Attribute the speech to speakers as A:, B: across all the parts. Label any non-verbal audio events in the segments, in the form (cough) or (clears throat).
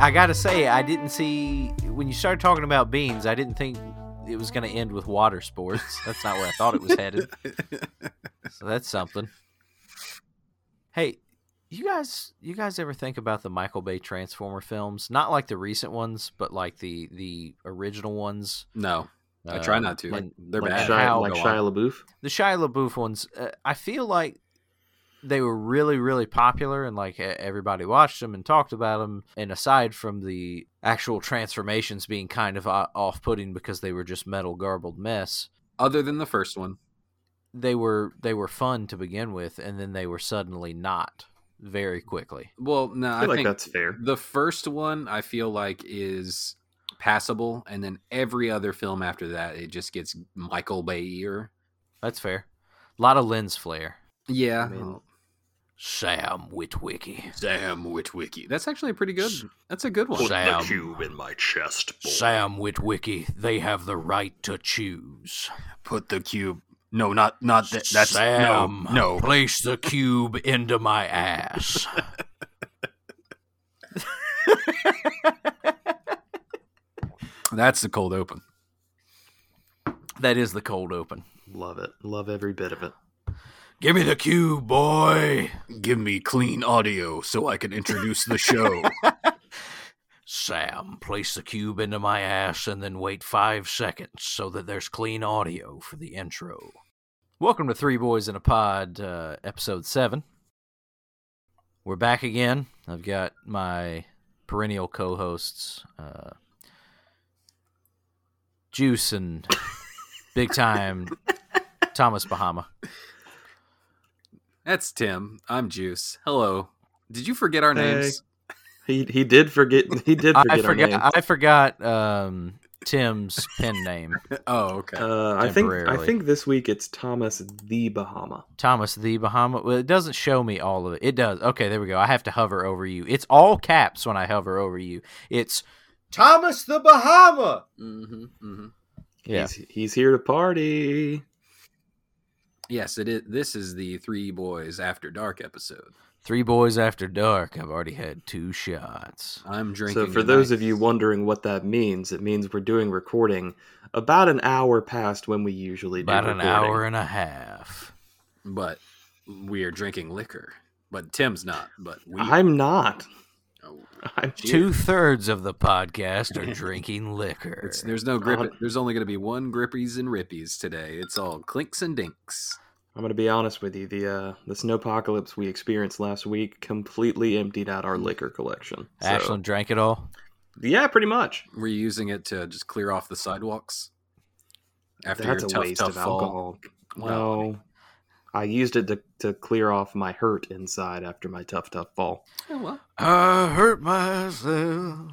A: I gotta say, I didn't see when you started talking about beans. I didn't think it was going to end with water sports. That's not where I thought it was headed. So that's something. Hey, you guys, you guys ever think about the Michael Bay Transformer films? Not like the recent ones, but like the the original ones.
B: No, I try
A: Um,
B: not to.
A: and
B: They're
A: like
B: bad.
A: Shia-
B: How-
A: How-
C: Uh, like Shia LaBeouf.
A: the Shia LaBeouf ones, uh, I feel like they were really, really popular, and like e- everybody watched them and talked about them. And aside from the actual transformations being kind of o- off-putting because they were just metal garbled mess,
B: Other than the first one,
A: they were they were fun to begin with, and then they were suddenly not very quickly.
B: well, no,
C: I
B: I,
C: feel like
B: think
C: that's fair.
B: the first one I feel like is passable, and then every other film after that, it just gets Michael Bayer.
A: That's fair. A lot of lens flare.
B: Yeah,
C: I mean-
A: Sam Witwicky.
B: Sam Witwicky. That's actually a pretty good. That's a good one.
A: Put the Sam.
C: cube in my chest.
A: Sam Witwicky. They have the right to choose.
B: Put the cube. No, not not that. That's
A: Sam.
B: no, no.
A: Place the cube into my ass.
B: That's the cold open.
A: that is the cold open.
C: Love it. Love every bit of it.
A: Give me the cube, boy.
B: Give me clean audio so I can introduce the show.
A: Sam, place the cube into my ass and then wait five seconds so that there's clean audio for the intro. Welcome to Three Boys in a Pod, uh, episode seven. We're back again. I've got my perennial co hosts, uh, Juice and big
C: (laughs)
A: time Thomas Bahama.
B: (laughs) That's Tim. I'm Juice. Hello. Did you forget our
C: Hey.
B: names?
C: He he did forget. (laughs) He did
A: I I
C: forget our
A: forgot.
C: name.
A: I forgot um, Tim's pen name,
B: Oh, okay.
C: Uh, I think I
A: temporarily.
C: think this week it's Thomas the Bahama.
A: Thomas the Bahama. Well, it doesn't show me all of it. It does. Okay, there we go. I have to hover over you. It's all caps when I hover over you. It's Thomas the Bahama.
B: Mm-hmm, mm-hmm.
A: Yeah.
C: He's, he's here to party.
B: Yes, it is. This is the Three Boys After Dark episode.
A: Three boys after dark. I've already had two shots.
B: I'm drinking.
C: so for those
B: tonight.
C: of you wondering what that means, it means we're doing recording about an hour past when we usually do
A: About an
C: recording.
A: hour and a half.
B: but we are drinking liquor. But Tim's not. But we.
C: I'm not. (laughs)
B: Oh,
C: I'm
B: Cheers.
A: Two thirds of the podcast
B: (laughs)
A: are drinking liquor.
B: it's, there's no grip.
C: God.
B: There's only going to be one grippies and rippies today. It's all clinks and dinks.
C: I'm gonna be honest with you. The uh, the snowpocalypse we experienced last week completely emptied out our liquor collection. So-
A: Ashland drank it all.
C: yeah, pretty much.
B: We're using it to just clear off the sidewalks after
C: That's
B: your
C: a
B: tough,
C: waste
B: tough
C: of
B: fall.
C: alcohol.
B: Well, I
C: No, I used it to, to clear off my hurt inside after my tough tough fall.
B: Oh, well.
A: I hurt myself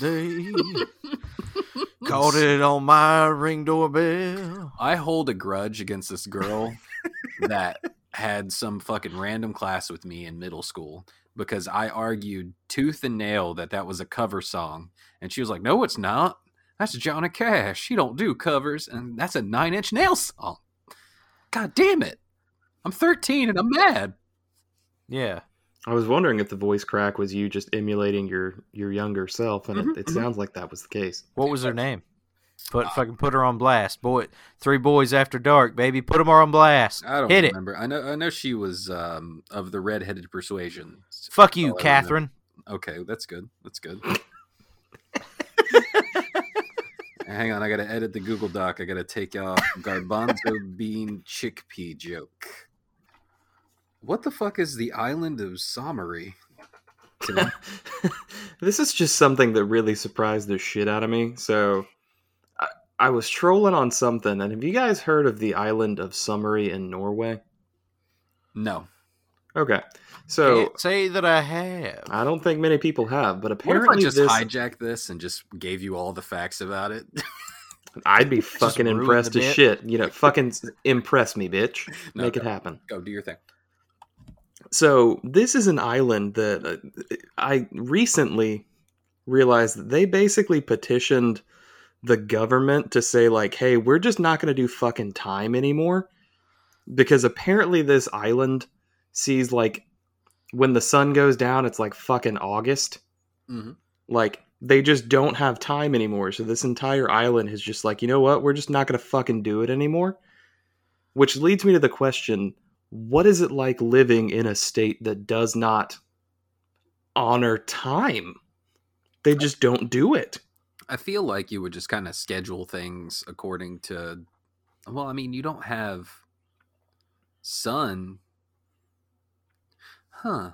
A: today. Caught it on my ring doorbell.
B: I hold a grudge against
A: (laughs)
B: this girl that had some fucking random class with me in middle school because I argued tooth and nail that that was a cover song, and she was like, "No, it's not. That's Johnny Cash. He don't do covers, and that's a Nine Inch Nail song." God damn it! I'm 13 and I'm mad.
A: Yeah.
C: I was wondering if the voice crack was you just emulating your your younger self, and
B: Mhm,
C: it, it
B: mhm.
C: sounds like that was the case.
A: What was her name? Put fucking put her on blast, boy. Three boys after dark, baby. Put them on blast.
B: I don't
A: Hit it.
B: remember. I know. I know she was um, of the redheaded persuasion.
A: Fuck you,
B: Oh, I remember.
A: Catherine.
B: Okay, that's good. That's
C: (laughs)
B: good. Hang on, I gotta edit the Google Doc. I gotta take off garbanzo bean chickpea joke. What the fuck is the island of Samari?
C: (laughs)
B: Tim?
C: this is just something that really surprised the shit out of me. So, I, I was trolling on something, and have you guys heard of the island of Summary in Norway?
B: no.
C: Okay, so
A: Can't say that I have.
C: I don't think many people have, but
B: What if I
C: apparently
B: just
C: this
B: hijacked this and (laughs) just gave you all the facts about it? (laughs)
C: I'd be fucking
A: ruin the
C: impressed as
A: bit.
C: shit. You know, fucking s- impress me, bitch.
B: (laughs) No,
C: Make it
B: go-
C: happen.
B: Go do your thing.
C: So this is an island that uh, I recently realized that they basically petitioned the government to say like, "Hey, we're just not going to do fucking time anymore," because apparently this island sees like when the sun goes down, it's like fucking August.
B: Mhm.
C: Like they just don't have time anymore. So this entire island is just like, you know what? We're just not going to fucking do it anymore. Which leads me to the question what is it like living in a state that does not honor time? They just don't do it.
B: I feel like you would just kind of schedule things according to. Well, I mean, you don't have sun, huh?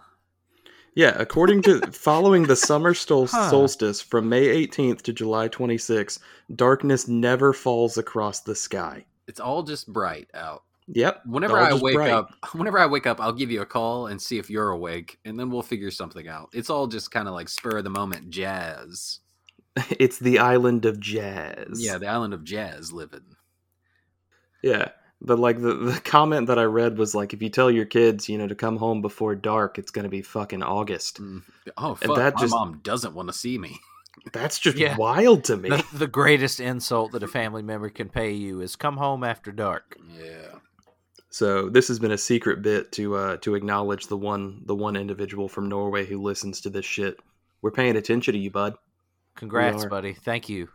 C: Yeah, according to following the summer sol-
A: Huh.
C: solstice from May 18th to July 26th, darkness never falls across the sky.
B: It's all just bright out.
C: Yep.
B: Whenever
C: all
B: I
C: just
B: wake
C: bright.
B: up, (laughs) whenever I wake up, I'll give you a call and see if you're awake, and then we'll figure something out. It's all just kind of like spur of the moment jazz.
C: (laughs) It's the island of jazz.
B: Yeah, the island of jazz living.
C: Yeah. But like the, the comment that I read was like if you tell your kids, you know, to come home before dark, it's gonna be fucking August.
B: Mm. Oh
C: And
B: fuck!
C: that
B: my
C: just-
B: mom doesn't want to see me.
C: That's just
A: Yeah.
C: wild to me.
A: The, the greatest insult that a family member can pay you is come home after dark.
B: Yeah.
C: So this has been a secret bit to uh, to acknowledge the one the one individual from Norway who listens to this shit. We're paying attention to you, bud.
A: Congrats,
C: are.
A: buddy. Thank you.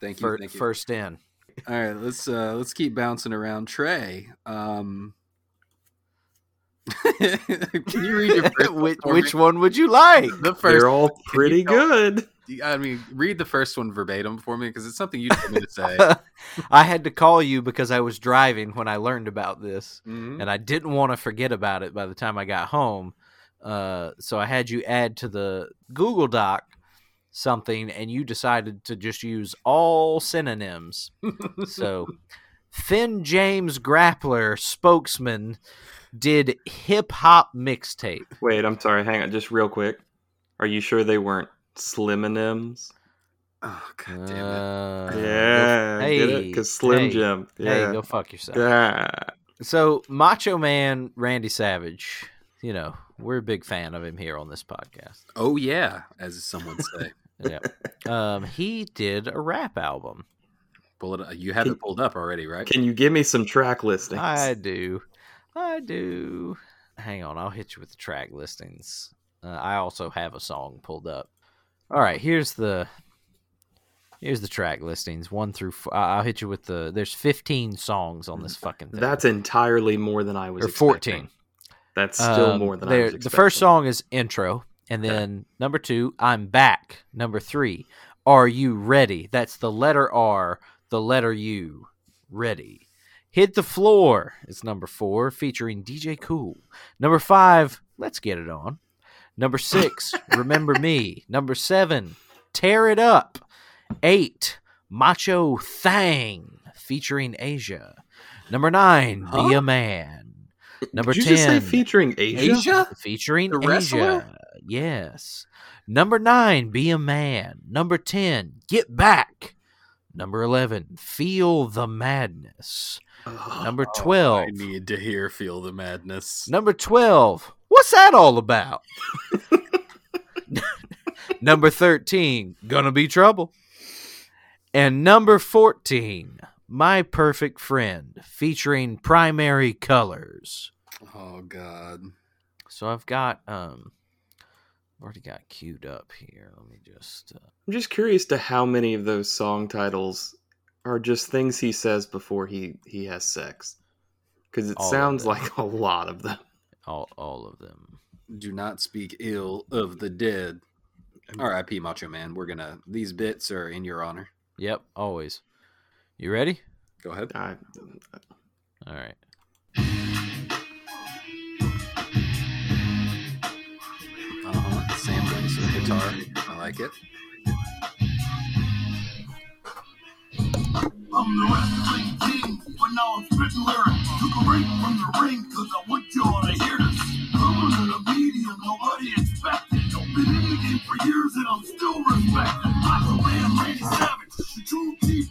B: Thank you.
A: for
B: thank you.
A: first
B: (laughs)
A: in. (laughs)
B: All right, let's uh let's keep bouncing around. Trey, um (laughs) Can you
A: (laughs)
B: read your first one
A: which,
B: for
A: which
B: me?
A: one would you like?
B: the first
C: They're all pretty
B: tell-
C: good. (laughs)
B: I mean read the first one verbatim for me because it's something you told me
A: (laughs)
B: to say.
A: I had to call you because I was driving when I learned about this,
B: Mhm.
C: Mm-hmm.
A: and I didn't want to forget about it by the time I got home. Uh, so I had you add to the Google Doc something, and you decided to just use all synonyms.
C: (laughs)
A: so Finn James Grappler spokesman did hip hop mixtape.
C: Wait, I'm sorry. Hang on, just real quick. Are you sure they weren't Slim and M's?
B: Oh god damn it.
A: Uh,
C: yeah, I get it
A: hey,
C: because Slim
A: hey,
C: Jim. Yeah,
A: Hey, go fuck yourself.
C: yeah.
A: So Macho Man Randy Savage, you know, we're a big fan of him here on this podcast.
B: Oh yeah, as someone would say.
A: Yeah. um, he did a rap album.
B: Pull it you have it pulled up already, right?
C: Can you give me some track listings?
A: I do. I do. Hang on, I'll hit you with the track listings. Uh, I also have a song pulled up. All right, here's the here's the track listings. 1 through f- I- I'll hit you with the there's 15 songs on this fucking thing.
C: That's entirely more than I was.
A: or 14.
C: expecting. That's still
A: Um,
C: more than I
A: there-
C: was.
A: The first
C: expecting.
A: song is intro, and then number two, I'm back. Number three, are you ready? That's the letter R, the letter U, ready. Hit the floor is number four, featuring DJ Cool. Number five, let's get it on. Number
C: (laughs)
A: six, remember me. Number seven, tear it up. Eight, macho thang, featuring Asia. Number nine, be
B: Huh?
A: a man. Number
C: Did
A: 10
C: you just say featuring Asia?
B: Asia?
A: featuring
B: The wrestler?
A: Asia. Yes. Number nine, be a man. Number ten, get back. Number eleven, feel the madness.
C: Ugh.
A: Number
B: Oh,
A: twelve,
B: I need to hear feel the madness.
A: number twelve, what's that all about? (laughs) number thirteen, gonna be trouble. And number fourteen, my perfect friend, featuring primary colors.
B: Oh god.
A: So I've got um I've already got queued up here. Let me just uh,
C: I'm just curious to how many of those song titles are just things he says before he he has sex, because it
A: All of
C: sounds
A: them.
C: like a lot of them.
A: all all of them.
B: Do not speak ill of the dead. R.I.P. Macho Man. We're gonna these bits are in your honor.
A: Yep, always. You ready?
B: Go ahead.
C: I,
A: All right.
B: Uh-huh. Sam brings some guitar. I like it.
D: I'm the wrestling king, but now I'm spitting lyrics. Took a break from the ring, cause I want you all to hear this. I was in a medium nobody expected. I've been in the game for years and I'm still respected. I'm the man, Randy Savage, the true deep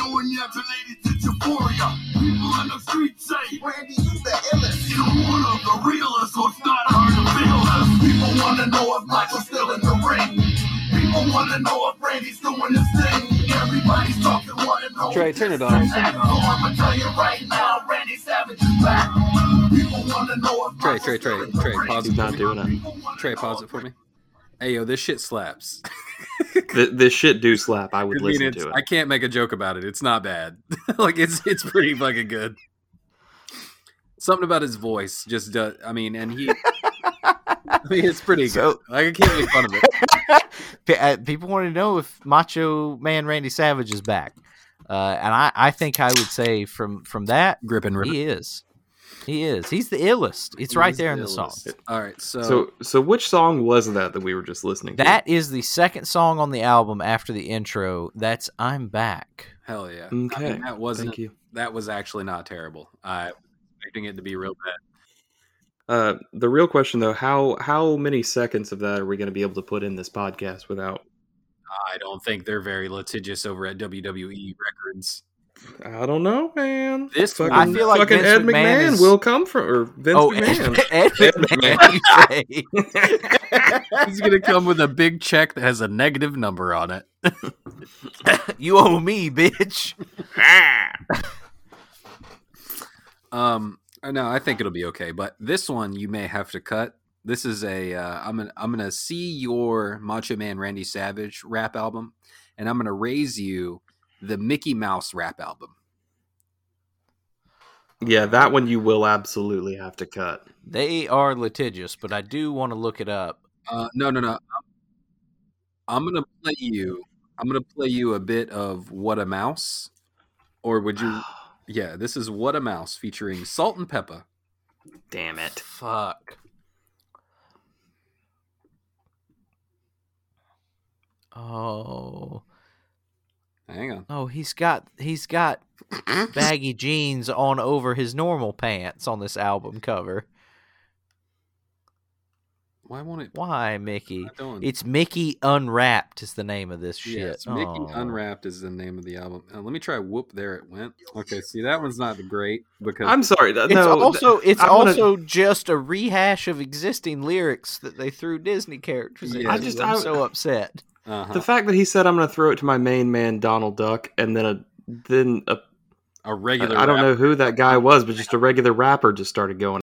D: Reactivated to euphoria. People in the streets say, Randy, you the illest. You one of the realest, so it's not hard to feel this. People wanna know if Michael's still in the ring. People wanna know if Randy's doing his thing. Everybody's talking, wanna know.
B: Trey,
D: if
B: turn it
D: this
B: off.
D: is that. So I'ma tell you right now, Randy Savage is back. People wanna know if
B: Trey,
D: Michael's
B: Trey,
D: still
B: Trey,
D: in the
B: Trey,
D: ring.
B: pause
C: He's not doing it.
D: People wanna
B: Trey,
D: know
B: pause it for me. Hey, yo, this shit slaps.
C: Th- this shit do slap. I would
B: I mean,
C: listen
B: it's-
C: to
B: I
C: it.
B: can't make a joke about it. It's not bad. (laughs) like it's it's pretty fucking good. Something about his voice just does. I mean, and he. I mean, it's pretty good.
A: So-
B: like I can't make fun of it.
A: Pe- uh, people want to know if Macho Man Randy Savage is back, uh, and I, I think I would say from from that
B: Grip and rip.
A: he is, he is, he's the illest. It's right there in the song.
B: All right, so,
C: So, so which song was that that we were just listening to?
A: That is the second song on the album after the intro. That's "I'm Back."
B: hell yeah. I mean,
C: Okay.
B: that wasn't.
C: Thank you.
B: That was actually not terrible. I was expecting it to be real bad.
C: Uh, the real question though, how how many seconds of that are we going to be able to put in this podcast without?
B: I don't think they're very litigious over at WWE Records.
C: I don't know, man.
B: This-
C: fucking,
B: I
A: feel like
C: fucking
A: Vince
C: Ed
A: McMahon
C: McMahon
A: is-
C: will come from or Vince
A: oh, (laughs)
C: McMahon.
A: Ed, Ed McMahon, you say.
B: He's gonna come with a big check that has a negative number on it.
A: you owe me, bitch.
B: Um, uh, no, I think it'll be okay. But this one you may have to cut. This is a uh, I'm gonna I'm gonna see your Macho Man Randy Savage rap album, and I'm gonna raise you the Mickey Mouse rap album.
C: yeah, that one you will absolutely have to cut.
A: They are litigious, but I do want to look it up.
B: Uh, no, no, no. I'm gonna play you. I'm gonna play you a bit of What a Mouse, or would (sighs) you? Yeah, this is What a Mouse featuring Salt and Peppa.
C: Damn it.
A: Fuck. Oh.
B: Hang on.
A: Oh, he's got he's got baggy jeans on over his normal pants on this album cover.
B: Why won't it?
A: Why, Mickey?
B: Not doing-
A: It's Mickey Unwrapped is the name of this shit.
B: Yes, Mickey
A: Aw.
B: Unwrapped is the name of the album. Uh, let me try Whoop There It Went. Okay, see that one's not great because
C: I'm sorry. That,
A: It's
C: Uh, no, th-
A: also it's
C: I'm gonna-
A: also just a rehash of existing lyrics that they threw Disney characters.
B: Yeah.
A: Yeah,
B: I
A: I
C: just-
A: am
C: I-
A: so upset.
B: uh-huh,
C: the fact that he said I'm going to throw it to my main man Donald Duck and then a then a
B: a
C: I
B: regular.
C: I don't
B: rap-
C: know who that guy was, but just a regular rapper just started going.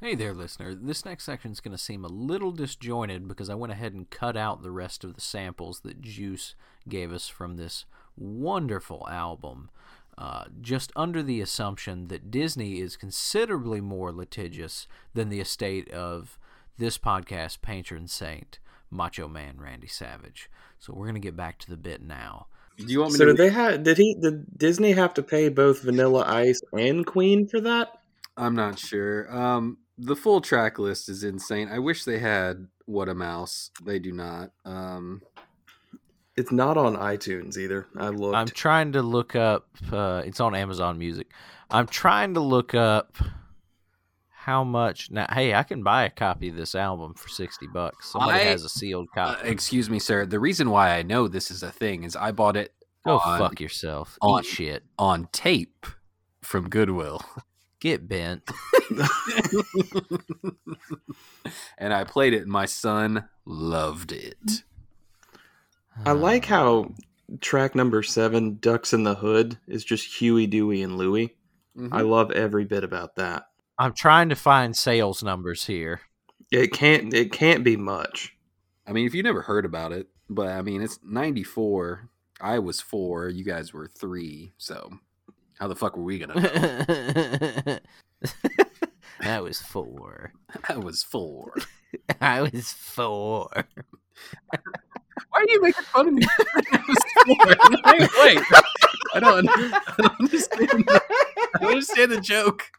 A: Hey there, listener. This next section's going to seem a little disjointed because I went ahead and cut out the rest of the samples that Juice gave us from this wonderful album, uh, just under the assumption that Disney is considerably more litigious than the estate of this podcast patron saint, Macho Man Randy Savage. So we're going to get back to the bit now.
B: Do you want me
C: So
B: to?
C: did they have did he did Disney have to pay both Vanilla Ice and Queen for that?
B: I'm not sure. Um, the full track list is insane. I wish they had What a Mouse. They do not. Um,
C: It's not on iTunes either. I looked.
A: I'm trying to look up. Uh, it's on Amazon Music. I'm trying to look up how much. Now, hey, I can buy a copy of this album for sixty bucks. Somebody
B: I-
A: has a sealed
B: uh,
A: copy.
B: excuse me, sir. The reason why I know this is a thing is I bought it
A: Go
B: on-
A: fuck yourself.
B: uh, on-
A: Eat shit.
B: on tape from
C: (laughs)
B: Goodwill. (laughs)
A: Get bent.
B: and I played it, and my son loved it.
C: I like
A: Uh,
C: how track number seven, Ducks in the Hood, is just Huey, Dewey, and Louie. I
B: Mm-hmm.
C: love every bit about that.
A: I'm trying to find sales numbers here. (laughs)
C: It can't it can't be much.
B: I mean, if you never heard about it, but I mean, it's 94. I was four. You guys were three. So how the fuck were we going to? (laughs)
A: that was four. (laughs)
B: I was four.
A: I was four.
B: Why are you making fun (laughs) of me? I was four. Wait, wait. I don't, I don't understand. (laughs) The, I don't understand the (laughs) joke.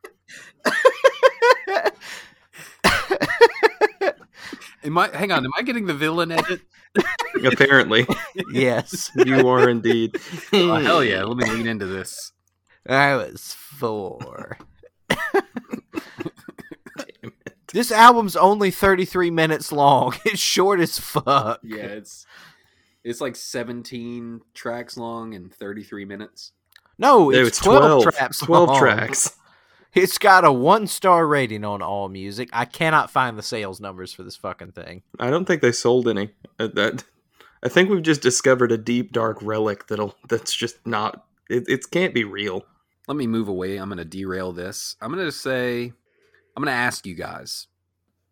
B: Am I, hang on. Am I getting the villain edit?
C: Apparently,
A: (laughs) yes,
C: you
A: (laughs)
C: are indeed.
B: Oh, hell yeah. Let me lean into this.
A: I was four. This album's only 33 minutes long. (laughs) It's short as fuck.
B: Yeah, it's it's like 17 tracks long and 33 minutes.
A: No,
C: No,
A: it's, 12, traps.
C: 12
A: long.
C: tracks.
A: It's got a one star rating on All Music. I cannot find the sales numbers for this fucking thing.
C: I don't think they sold any. Uh, That I think we've just discovered a deep dark relic that'll that's just not it, it can't be real.
B: Let me move away. I'm going to derail this. I'm going to say, I'm going to ask you guys,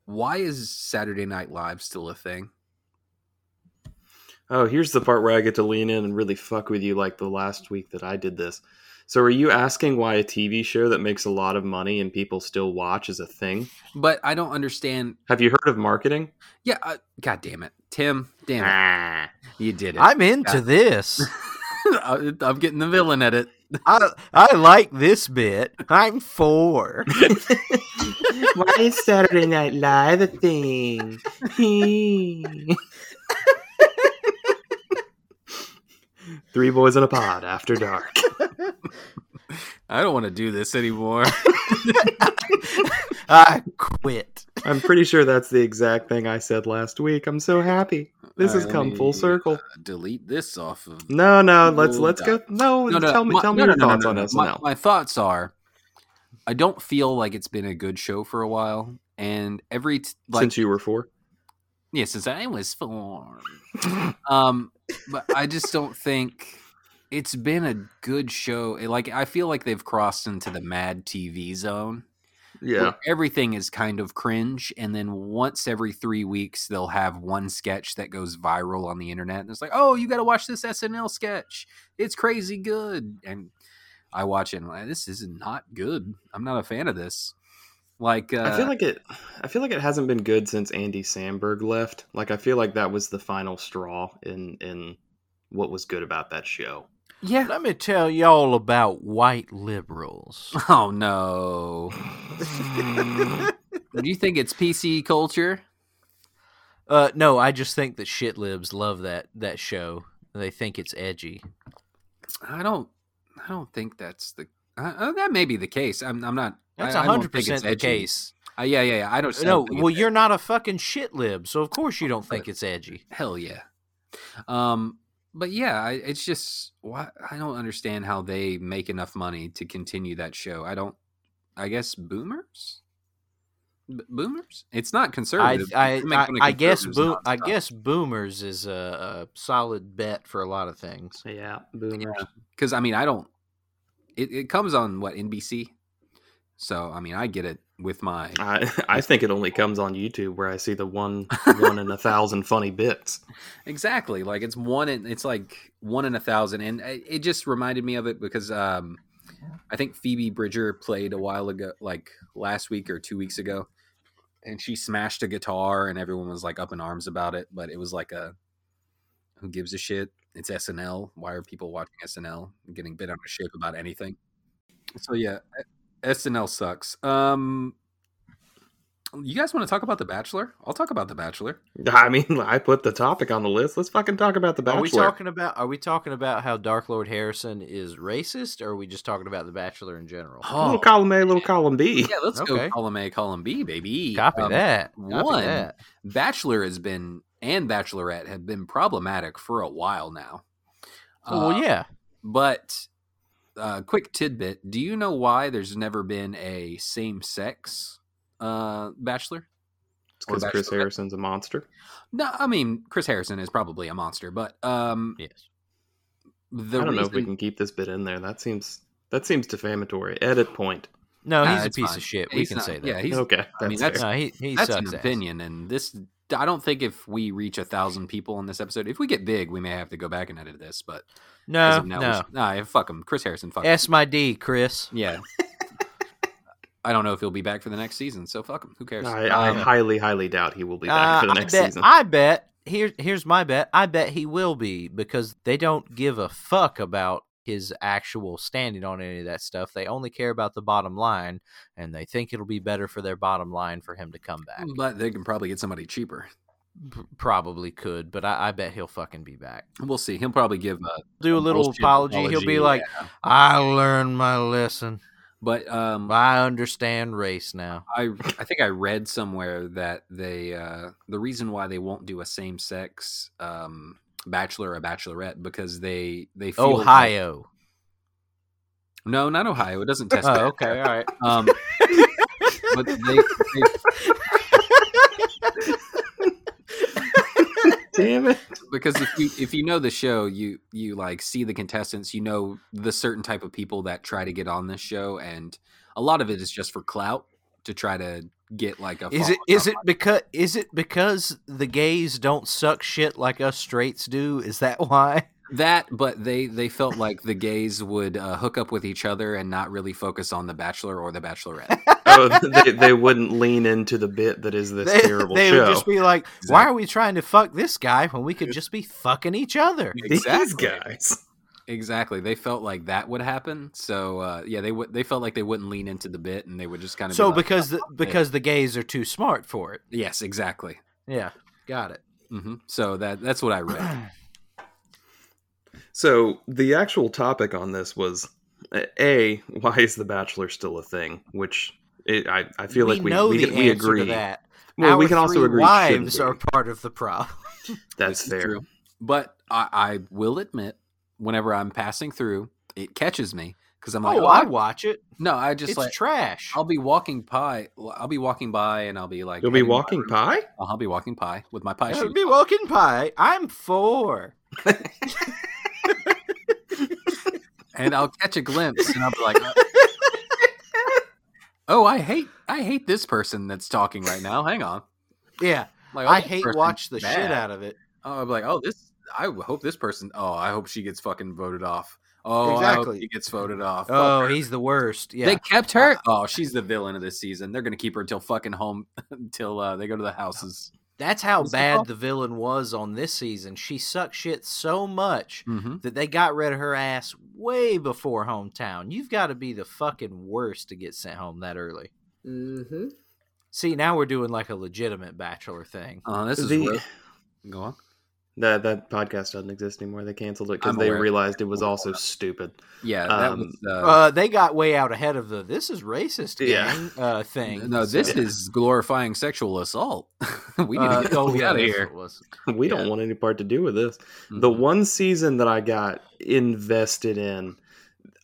B: why is Saturday Night Live still a thing?
C: Oh, here's the part where I get to lean in and really fuck with you like the last week that I did this. So are you asking why a TV show that makes a lot of money and people still watch is a thing?
B: But I don't understand.
C: Have you heard of marketing?
B: Yeah, uh, god damn it, Tim, damn
C: Ah.
B: it, you did it.
A: I'm into
B: Yeah.
A: this.
B: (laughs) I- (laughs) I'm getting the villain at it.
A: I I like this bit. I'm four.
C: Why is Saturday Night Live a thing? Three boys in a pod after dark.
B: I don't want to do this anymore.
A: I quit.
C: I'm pretty sure that's the exact thing I said last week. I'm so happy. This has
B: Alright,
C: come
B: let
C: full
B: me,
C: circle.
B: uh, (laughs) delete this off of.
C: No, no, let's
B: Ooh,
C: let's go. No, tell me,
B: my-
C: tell me
B: no,
C: your
B: no, no, no,
C: thoughts
B: no,
C: on
B: no.
C: this
B: My,
C: now.
B: my thoughts are, I don't feel like it's been a good show for a while, and every t- like
C: Since you were four,
B: yeah, since I was
C: (laughs)
B: four, um, but I just don't think it's been a good show. It- Like I feel like they've crossed into the Mad TV zone.
C: yeah,
B: where everything is kind of cringe and then once every three weeks they'll have one sketch that goes viral on the internet and it's like oh you gotta watch this snl sketch it's crazy good and i watch it and I'm like this is not good i'm not a fan of this like uh,
C: I feel like it. I feel like it hasn't been good since Andy Samberg left. Like I feel like that was the final straw in in what was good about that show.
B: yeah (laughs)
A: Let me tell y'all about white liberals.
B: oh no
C: Mm,
B: do you think it's pc culture
A: Uh, no, I just think that shit libs love that that show. They think it's edgy.
B: i don't i don't think that's the I, I- that may be the case i'm, I'm not
A: That's
B: I- I don't
A: hundred
B: think it's
A: percent the
B: edgy.
A: case.
B: Uh, yeah, yeah, yeah. I don't. I
A: No,
B: don't think it's
A: well, you're not a fucking shit lib, so of course you don't think
B: But-
A: it's edgy.
B: Hell yeah. Um, but yeah, I, it's just why I don't understand how they make enough money to continue that show. I don't. I guess boomers. B- boomers. It's not
A: I
B: conservative.
A: I,
B: They make
A: I,
B: fun of
A: I guess
B: conservatives
A: boom I
B: nonstop.
A: guess boomers is a, a solid bet for a lot of things.
C: Yeah, boomers.
B: because I mean I don't. It, it comes on what NBC, so I mean I get it with my.
C: I, I think it only comes on YouTube where I see the one one in a thousand funny bits.
B: Exactly. Like it's one in it's like one in a thousand. And it, it just reminded me of it because um I think Phoebe Bridger played a while ago, like last week or two weeks ago, and she smashed a guitar and everyone was like up in arms about it, but it was like a who gives a shit? It's SNL. Why are people watching SNL and getting bit out of shape about anything? So yeah, SNL sucks. Um you guys want to talk about The Bachelor? I'll talk about The Bachelor.
C: I mean, I put the topic on the list. Let's fucking talk about the Bachelor.
A: Are we talking about Are we talking about how Dark Lord Harrison is racist, or are we just talking about The Bachelor in general?
C: little
B: Oh.
C: column A, little column B.
B: Yeah, let's
A: Okay.
B: go column A, column B, baby.
A: Copy
B: Um,
A: that. Copy
B: one.
A: that.
B: Bachelor has been and Bachelorette have been problematic for a while now.
A: Oh,
B: Uh,
A: well, yeah.
B: But uh, quick tidbit: Do you know why there's never been a same-sex uh, Bachelor?
C: It's because
B: Or
C: Chris
B: Bachelorette.
C: Harrison's a monster.
B: No, I mean Chris Harrison is probably a monster, but um,
A: Yes.
B: the
C: I don't know if we
B: reason-
C: can keep this bit in there. That seems that seems defamatory. Edit point.
A: No,
B: Nah,
A: he's a
B: it's
A: piece
B: fine.
A: of shit. we
B: He's
A: can
B: not-
A: say that.
B: Yeah, he's
C: okay, that's
B: I mean, that's-
C: fair.
A: no, he, he
B: (laughs) that's
A: sucks.
B: an
A: ass.
B: opinion, and this I don't think if we reach a thousand people in this episode, if we get big, we may have to go back and edit this, but.
A: No,
B: As of now, we
A: no.
B: should- Nah, yeah, fuck him. Chris Harrison, fuck him.
A: S my D, Chris.
B: Yeah.
A: (laughs)
B: I don't know if he'll be back for the next season, so fuck him. Who cares?
C: I, I
B: Um,
C: highly, highly doubt he will be back
A: Uh,
C: for the
A: I
C: next
A: bet.
C: season.
A: I bet. Here, here's my bet. I bet he will be because they don't give a fuck about his actual standing on any of that stuff. They only care about the bottom line, and they think it'll be better for their bottom line for him to come back.
B: Um, but they can probably get somebody cheaper.
A: P- probably could, but I, I bet he'll fucking be back.
B: We'll see. He'll probably give a
A: Do a little
B: bullshit
A: apology. He'll be like,
B: yeah.
A: "I learned my lesson.
B: but um,
A: I understand race now."
B: I I think I read somewhere that they uh, the reason why they won't do a same sex um, bachelor or bachelorette because they they feel like-
A: Ohio.
B: No, not Ohio. It doesn't test.
A: Oh,
B: that.
A: okay, all right. (laughs)
B: Um, but they, they-
C: (laughs) Damn it.
B: because if you if you know the show, you you like see the contestants. You know the certain type of people that try to get on this show, and a lot of it is just for clout to try to get like a.
A: Is
B: follow-
A: it is it because is it because the gays don't suck shit like us straights do? Is that (laughs) why?
B: that? But they they felt like the gays would uh, hook up with each other and not really focus on the Bachelor or the
A: (laughs)
B: Bachelorette.
C: Oh, they, they wouldn't lean into the bit that is
A: (laughs)
C: this
A: they
C: terrible
A: they
C: show.
A: would just be like, "Why are we trying to fuck this guy when we could just be fucking each other?"
C: These guys.
B: Exactly. They felt like that would happen. So uh, yeah, they would. They felt like they wouldn't lean into the bit, and they would just kind of.
A: So
B: be like,
A: because the, because the gays are too smart for it.
B: yes, exactly.
A: Yeah, got it.
B: hmm So that that's what I read.
C: So the actual topic on this was uh, a why is the Bachelor still a thing? Which it, I I feel like we
A: know
C: we,
A: the
C: can- we
A: answer
C: agree
A: to that.
C: Well, we
A: Our
C: can also
A: three
C: agree it shouldn't
A: wives
C: be.
A: are part of the
C: (laughs)
A: problem.
B: This
C: that's
B: is
C: fair.
B: true. But I, I will admit, whenever I'm passing through, it catches me because I'm like,
A: oh, I watch it.
B: no, I just
A: it's
B: like
A: trash.
B: I'll be walking by. I'll be walking by, and I'll be like,
C: You'll be
B: having my
C: walking
B: root-
C: pie.
B: I'll be walking by with my pie.
A: That'd
B: shoes.
A: be walking pie. I'm four.
B: and I'll catch a glimpse, and I'll be like,
A: (laughs)
B: "Oh, I hate, I hate this person that's talking right now." Hang on,
A: Yeah,
B: like, oh,
A: I
B: this
A: hate
B: person's
A: watch the
B: bad.
A: shit out of it.
B: Oh, I'll be like, "Oh, this. I hope this person. Oh, I hope she gets fucking voted off. Oh, I hope
A: Exactly.
B: he gets voted off. Fuck
A: Oh,
B: her.
A: he's the worst. Yeah,
B: They kept her. Oh, she's the villain of this season. They're gonna keep her until fucking home, (laughs) until uh, they go to the houses.
A: that's how
B: What's the
A: bad
B: problem?
A: the villain was on this season. She sucked shit so much that they got rid of her ass way before hometown. You've got to be the fucking worst to get sent home that early.
E: Mm-hmm.
A: See, now we're doing like a legitimate bachelor thing.
B: Oh, this is
C: The-
B: rough. go on.
C: That that podcast doesn't exist anymore. They canceled it because
B: I'm
C: they
B: aware.
C: realized it was also stupid. (laughs)
B: Yeah, that
C: Um,
B: was. Uh,
A: Uh, they got way out ahead of the "this is racist"
C: Yeah.
A: gang,
B: (laughs)
A: uh, thing.
B: no,
A: So-
B: this is glorifying sexual assault. (laughs) we need
A: Uh,
B: to get
A: oh, yeah,
B: out of
A: that's what
B: here.
A: it was.
C: We don't
B: Yeah.
C: want any part to do with this. The
B: Mhm.
C: one season that I got invested in,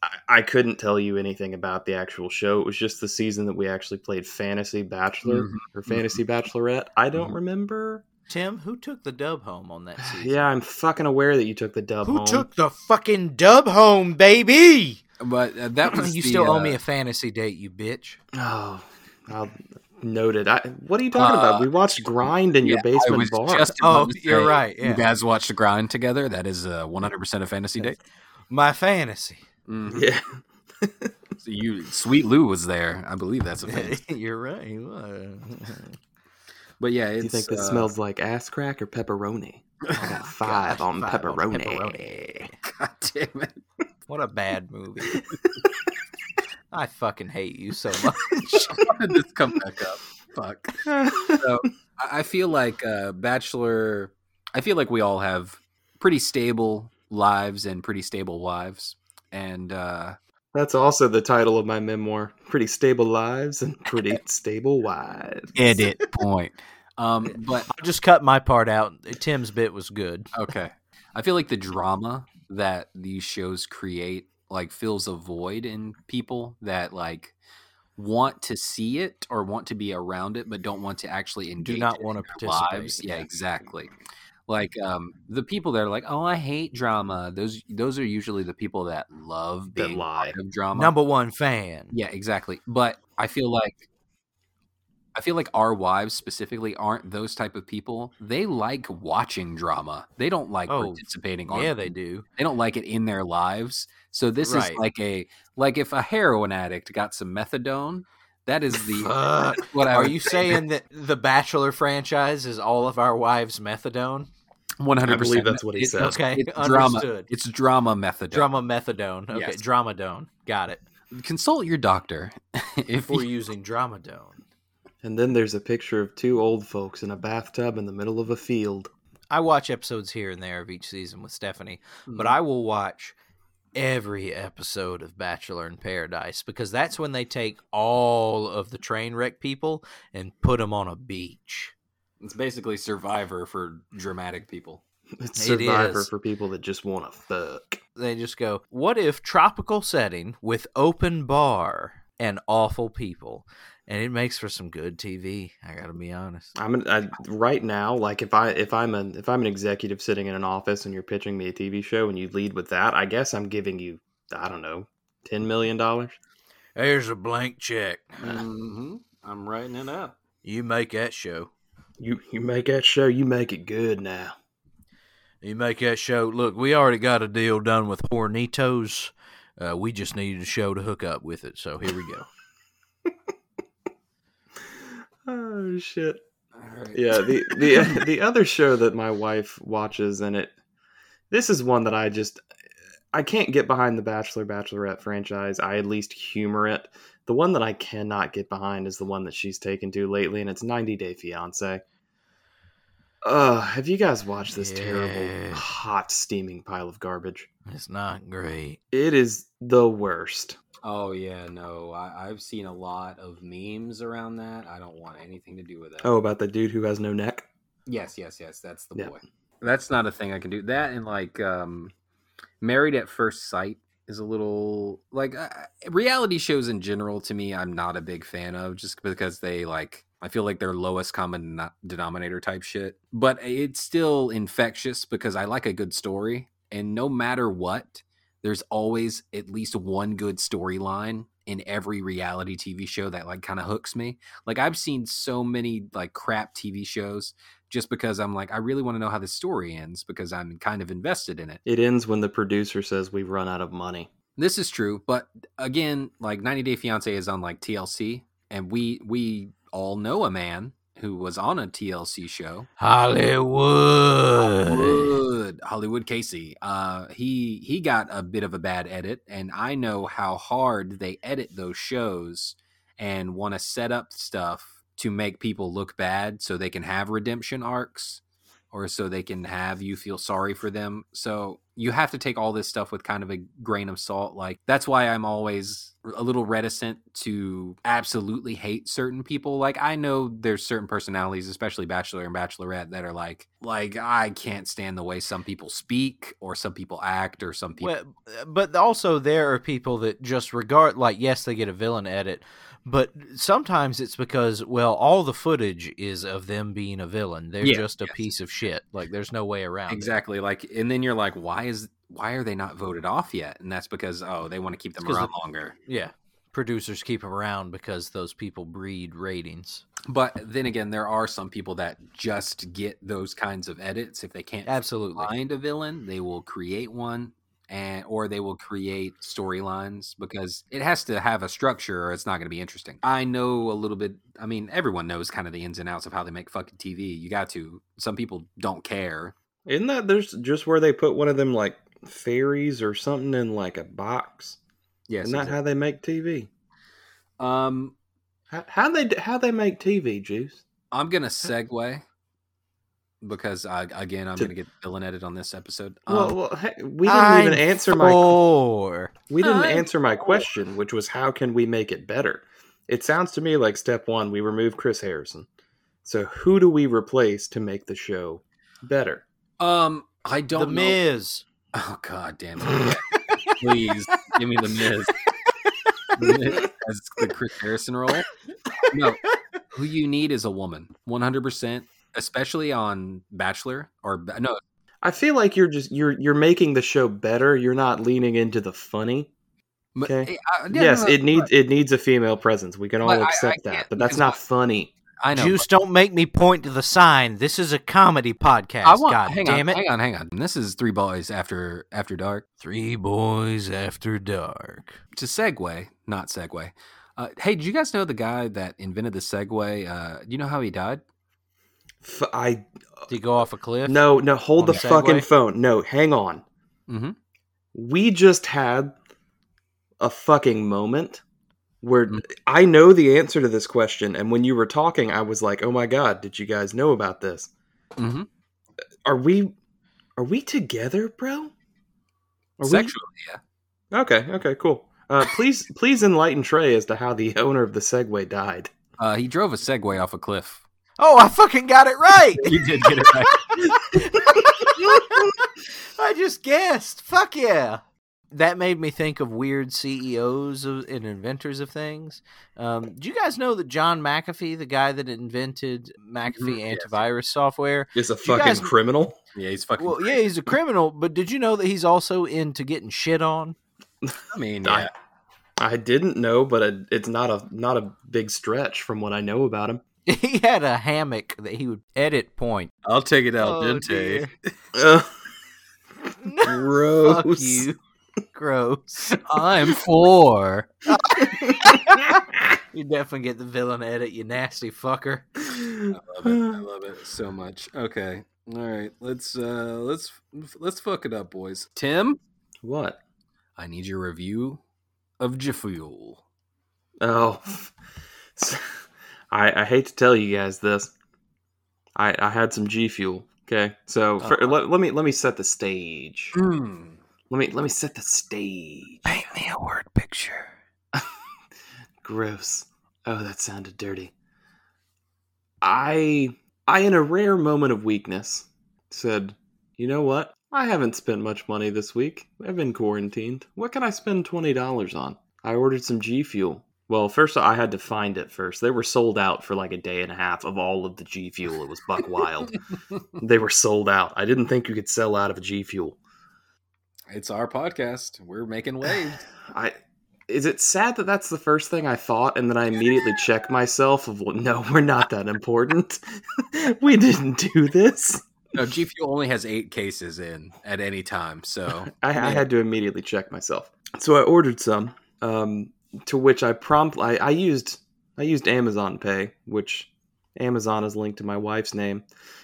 C: I, I couldn't tell you anything about the actual show. It was just the season that we actually played Fantasy Bachelor
B: Mhm.
C: or Fantasy Bachelorette. I don't
A: Mm-hmm.
B: Mhm.
C: remember.
A: Tim, who took the dub home on that season?
C: Yeah, I'm fucking aware that you took the dub
A: Who
C: home.
A: took the fucking dub home, baby?
B: But uh, that was
A: (clears throat) you
B: the,
A: still
B: uh,
A: owe me a fantasy date, you bitch.
C: Oh, I'll note it. I, what are you talking about?
B: Uh,
C: We watched Grind in your
B: Yeah, I
C: basement
B: was
C: bar.
B: just
A: Oh,
B: about to
A: you're
B: say,
A: right, yeah.
B: You guys watched Grind together. That is uh, 100% a fantasy date.
A: My fantasy.
B: Mhm.
C: (laughs) yeah.
B: So you, Sweet Lou was there. I believe
A: (laughs)
B: that's a fantasy.
A: You're right. he was. (laughs)
B: But yeah, it's.
C: you think this
B: uh,
C: smells like ass crack
A: (laughs)
C: or pepperoni? I got five, on,
A: Oh, Five on
C: pepperoni.
A: pepperoni.
B: (laughs) God damn it.
A: What a bad
B: (laughs)
A: movie. I fucking hate you so much.
B: How did this come back up? Fuck. So I I feel like uh, Bachelor. I feel like we all have pretty stable lives and pretty stable wives. And uh,
C: That's also the title of my memoir. Pretty stable lives and
B: (laughs)
C: pretty stable wives.
B: edit point. Um, but
A: I'll just cut my part out. Tim's bit was good.
B: Okay. I feel like the drama that these shows create like fills a void in people that like want to see it or want to be around it but don't want to actually engage
A: not
B: it
A: wanna
B: in their lives.
A: participate,
B: Yeah,
A: yeah.
B: exactly. Like um the people that are like, "Oh, I hate drama." Those those are usually the people that love
C: That
B: being
C: lie.
B: part of drama.
A: Number one fan.
B: Yeah, exactly. But I feel like I feel like our wives specifically aren't those type of people. They like watching drama. They don't like
A: Oh,
B: participating on
A: Yeah, they do.
B: they don't like it in their lives. So this
A: Right.
B: is like a like if a heroin addict got some methadone, that is the
C: (laughs)
A: Fuck.
B: what I
A: Are
B: would
A: you saying that the Bachelor franchise is all of our wives' methadone?
B: one hundred
C: I believe
B: percent
C: that's what he said.
A: Okay,
B: (laughs) It's
A: (laughs)
B: drama.
A: understood.
B: It's drama methadone.
A: Drama methadone. Okay,
B: Yes.
A: dramadone. Got it.
B: Consult your doctor (laughs) if
A: Before
B: you,
A: using dramadone.
C: And then there's a picture of two old folks in a bathtub in the middle of a field.
A: I watch episodes here and there of each season with Stephanie, but I will watch every episode of Bachelor in Paradise because that's when they take all of the train wreck people and put them on a beach.
B: it's basically Survivor for dramatic people.
C: It's
A: It
C: Survivor
A: is.
C: for people that just want to fuck.
A: They just go, "What if tropical setting with open bar and awful people?" And it makes for some good TV. I gotta be honest.
C: I'm an, I, right now. Like if I if I'm an if I'm an executive sitting in an office and you're pitching me a TV show and you lead with that, I guess I'm giving you I don't know ten million dollars.
A: Here's a blank check.
B: Mhm. I'm writing it up.
A: You make that show.
C: You you make that show, you make it good now.
A: You make that show. Look, we already got a deal done with Hornitos. Uh, we just needed a show to hook up with it. So here we go.
C: Oh shit.
B: All right.
C: Yeah, the the the other show that my wife watches and it this is one that I just I can't get behind the Bachelor Bachelorette franchise. I at least humor it. The one that I cannot get behind is the one that she's taken to lately and it's 90 Day Fiancé. Uh, have you guys watched this
A: Yeah.
C: terrible hot steaming pile of garbage?
A: (laughs) it's not great.
C: It is the worst.
B: Oh yeah, no. I, I've seen a lot of memes around that. I don't want anything to do with that.
C: Oh, about the dude who has no neck?
B: Yes, yes, yes. That's the
C: Yeah.
B: boy. That's not a thing I can do. That and like um, Married at First Sight is a little like uh, reality shows in general. To me, I'm not a big fan of just because they like I feel like they're lowest common no- denominator type shit. But it's still infectious because I like a good story, and no matter what, there's always at least one good storyline in every reality TV show that like kind of hooks me. Like I've seen so many like crap TV shows just because I'm like, I really want to know how the story ends because I'm kind of invested in it.
C: It ends when the producer says we've run out of money.
B: This is true, but again, like 90 Day Fiance is on like TLC, and we we all know a man who was on a TLC show.
A: Hollywood.
B: Hollywood, Hollywood Casey. Uh, he he got a bit of a bad edit, and I know how hard they edit those shows and want to set up stuff to make people look bad so they can have redemption arcs or so they can have you feel sorry for them. So you have to take all this stuff with kind of a grain of salt. Like that's why I'm always a little reticent to absolutely hate certain people. Like I know there's certain personalities, especially bachelor and bachelorette that are like like I can't stand the way some people speak or some people act or some people
A: Well, but also there are people that just regard like yes they get a villain edit, but sometimes it's because well all the footage is of them being a villain. They're
B: Yeah,
A: just a
B: yes.
A: piece of shit. Like there's no way around. it.
B: Exactly. Like, and then you're like, why is why are they not voted off yet? And that's because oh, they want to keep them
A: 'cause
B: around
A: the-
B: longer.
A: Yeah. Producers keep 'em around because those people breed ratings.
B: But then again, there are some people that just get those kinds of edits. If they can't
A: Absolutely.
B: find a villain, they will create one, and or they will create storylines because it has to have a structure, or it's not going to be interesting. I know a little bit. I mean, everyone knows kind of the ins and outs of how they make fucking TV. You got to. Some people don't care.
C: Isn't that there's just where they put one of them like fairies or something in like a box?
B: Yes.
C: Isn't that how they make TV?
B: exact- um,
C: How, how they how they make TV, Juice?
B: I'm gonna segue because I, again I'm
C: To-
B: gonna get villain edit on this episode. Um,
C: well, well hey, we didn't even answer my
A: Four.
C: we didn't
B: I'm
C: answer my question, which was how can we make it better? It sounds to me like step one we remove Chris Harrison. So who do we replace to make the show
B: (laughs)
C: better?
B: um, I
A: The
B: don't know.
A: Miz.
B: (laughs) Oh god, damn it! Yeah. Please give me the Miz. The Miz as the Chris Harrison role. No, who you need is a woman, 100, percent especially on Bachelor or Ba- no.
C: I feel like you're just you're you're making the show better. You're not leaning into the funny.
B: but- eh,
C: Okay.
B: I- I- yeah,
C: yes,
B: no, no,
C: it needs it needs a female presence. We can all
B: But I- I
C: accept
B: can't
C: that, but that's
B: because
C: not
B: I-
C: funny.
B: I know.
A: Juice, don't make me point to the sign. This is a comedy podcast.
B: I want.
A: God
B: hang
A: damn
B: on,
A: it.
B: hang on, hang on. This is Three Boys After After Dark.
A: Three boys after dark.
B: to segue, not segue. Uh, hey, did you guys know the guy that invented the segue? Uh, you know how he died?
C: F- I
A: Did he go off a cliff?
C: no no hold
A: On
C: the
A: the
C: fucking
A: Segway?
C: phone. No, hang on.
B: Mm-hmm.
C: We just had a fucking moment where
B: Mhm.
C: I know the answer to this question, and when you were talking, I was like, "Oh my god, did you guys know about this?
B: Mm-hmm.
C: Are we are we together, bro? Are we
B: Sexually,
C: okay? Okay, cool." Uh, please, please enlighten Trey as to how the owner of the Segway died.
B: uh, he drove a segue off a cliff.
A: Oh, I fucking got it right. (laughs)
B: You did get it right.
A: I just guessed. Fuck yeah. That made me think of weird CEOs of, and inventors of things. Um, do you guys know that John McAfee, the guy that invented McAfee
B: Mhm, yes.
A: antivirus software?
C: Is a
A: You
C: fucking
A: guys-
C: criminal?
B: Yeah, he's fucking.
A: Well, yeah, he's a criminal, but did you know that he's also into getting shit on? (laughs)
B: I mean,
C: I-
B: yeah.
C: I didn't know, but it- it's not a not a big stretch from what I know about him.
A: He had a hammock that he would edit point.
B: I'll take it out,
A: Oh,
B: didn't
A: dear.
C: Uh,
A: Fuck
C: gross.
A: you. Gross. I'm for. you definitely get the villain edit, you nasty
B: (laughs)
A: fucker.
B: (laughs)
A: (laughs)
B: I love it. I love it (sighs) so much. Okay. All right. Let's uh let's let's fuck it up, boys. Tim,
C: What?
B: I need your review of Jafuel.
C: Oh, I, I hate to tell you guys this. I, I had some G fuel. Okay, so fir- let, let me let me set the stage.
B: Mm.
C: Let me let me set the stage.
A: Paint me a word picture.
C: Gross. Oh, that sounded dirty. I I in a rare moment of weakness said, "You know what? I haven't spent much money this week. I've been quarantined. What can I spend $20 on?" I ordered some G Fuel. Well, first I had to find it first. They were sold out for like a day and a half of all of the G Fuel. It was buck wild. they were sold out. I didn't think you could sell out of a G Fuel.
B: It's our podcast. We're making waves.
C: (sighs) I is it sad that that's the first thing I thought, and then I immediately check myself of well, no, we're not that important. (laughs) we didn't do this.
B: (sighs) no, G Fuel only has eight cases in at any time, so
C: I, I had to immediately check myself. So I ordered some, um, to which I prompt I, I used I used Amazon Pay, which Amazon is linked to my wife's name.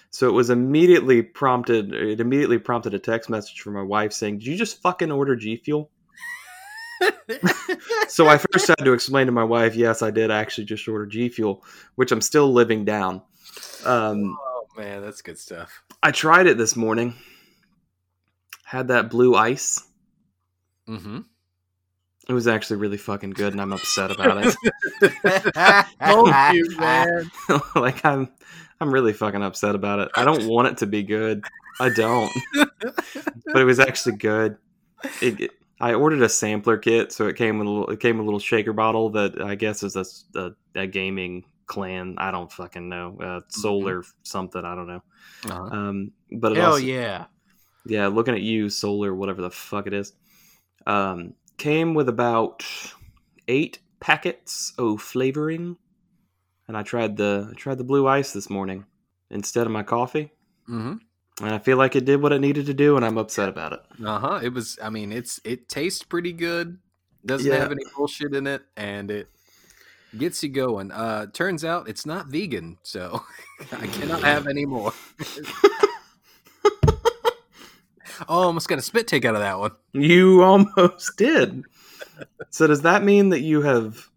C: So it was immediately prompted. It immediately prompted a text message from my wife saying, "Did you just fucking order G Fuel?" so I first had to explain to my wife, "Yes, I did actually just order G Fuel, which I'm still living down." Um,
B: (laughs) Oh man, that's good stuff.
C: I tried it this morning. Had that blue ice.
B: (laughs) Mm-hmm.
C: It was actually really fucking good, and I'm upset about it. (laughs)
B: Told
A: (laughs)
B: you, man.
C: like I'm, I'm really fucking upset about it. I don't want it to be good. I don't. but it was actually good. It, it- I ordered a sampler kit, so it came with a little, it came with a little shaker bottle that I guess is a, s- a, a gaming clan. I don't fucking know. Uh, solar something. I don't know.
B: Uh-huh.
C: Um, but it
A: Hell
C: also,
A: yeah.
C: yeah, looking at you, solar, whatever the fuck it is, um, came with about eight packets of flavoring, and I tried the I tried the blue ice this morning instead of my coffee,
B: (laughs) Mm-hmm.
C: and I feel like it did what it needed to do, and I'm upset about it.
B: Uh-huh. It was I mean, it's it tastes pretty good. Doesn't
C: Yeah.
B: have any bullshit in it, and it gets you going. Uh turns out it's not vegan, so (laughs) I cannot have any more.
C: (laughs)
B: oh, I almost got a spit take out of that one.
C: You (laughs) almost did. So does that mean that you have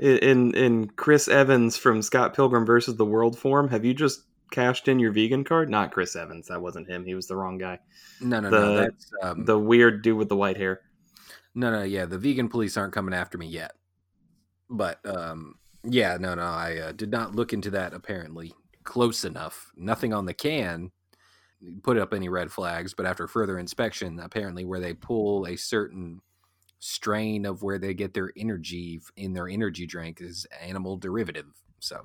C: i- in in Chris Evans from Scott Pilgrim versus the World form? Have you just cashed in your vegan card? Not Chris Evans. That wasn't him. He was the wrong guy.
B: No, no,
C: The-
B: no. That's um,
C: The weird dude with the white hair.
B: no, no. Yeah, the vegan police aren't coming after me yet. But um, yeah, no, no. I uh, did not look into that apparently close enough. Nothing on the can put up any red flags. But after further inspection, apparently where they pull a certain strain of where they get their energy f- in their energy drink is animal derivative. So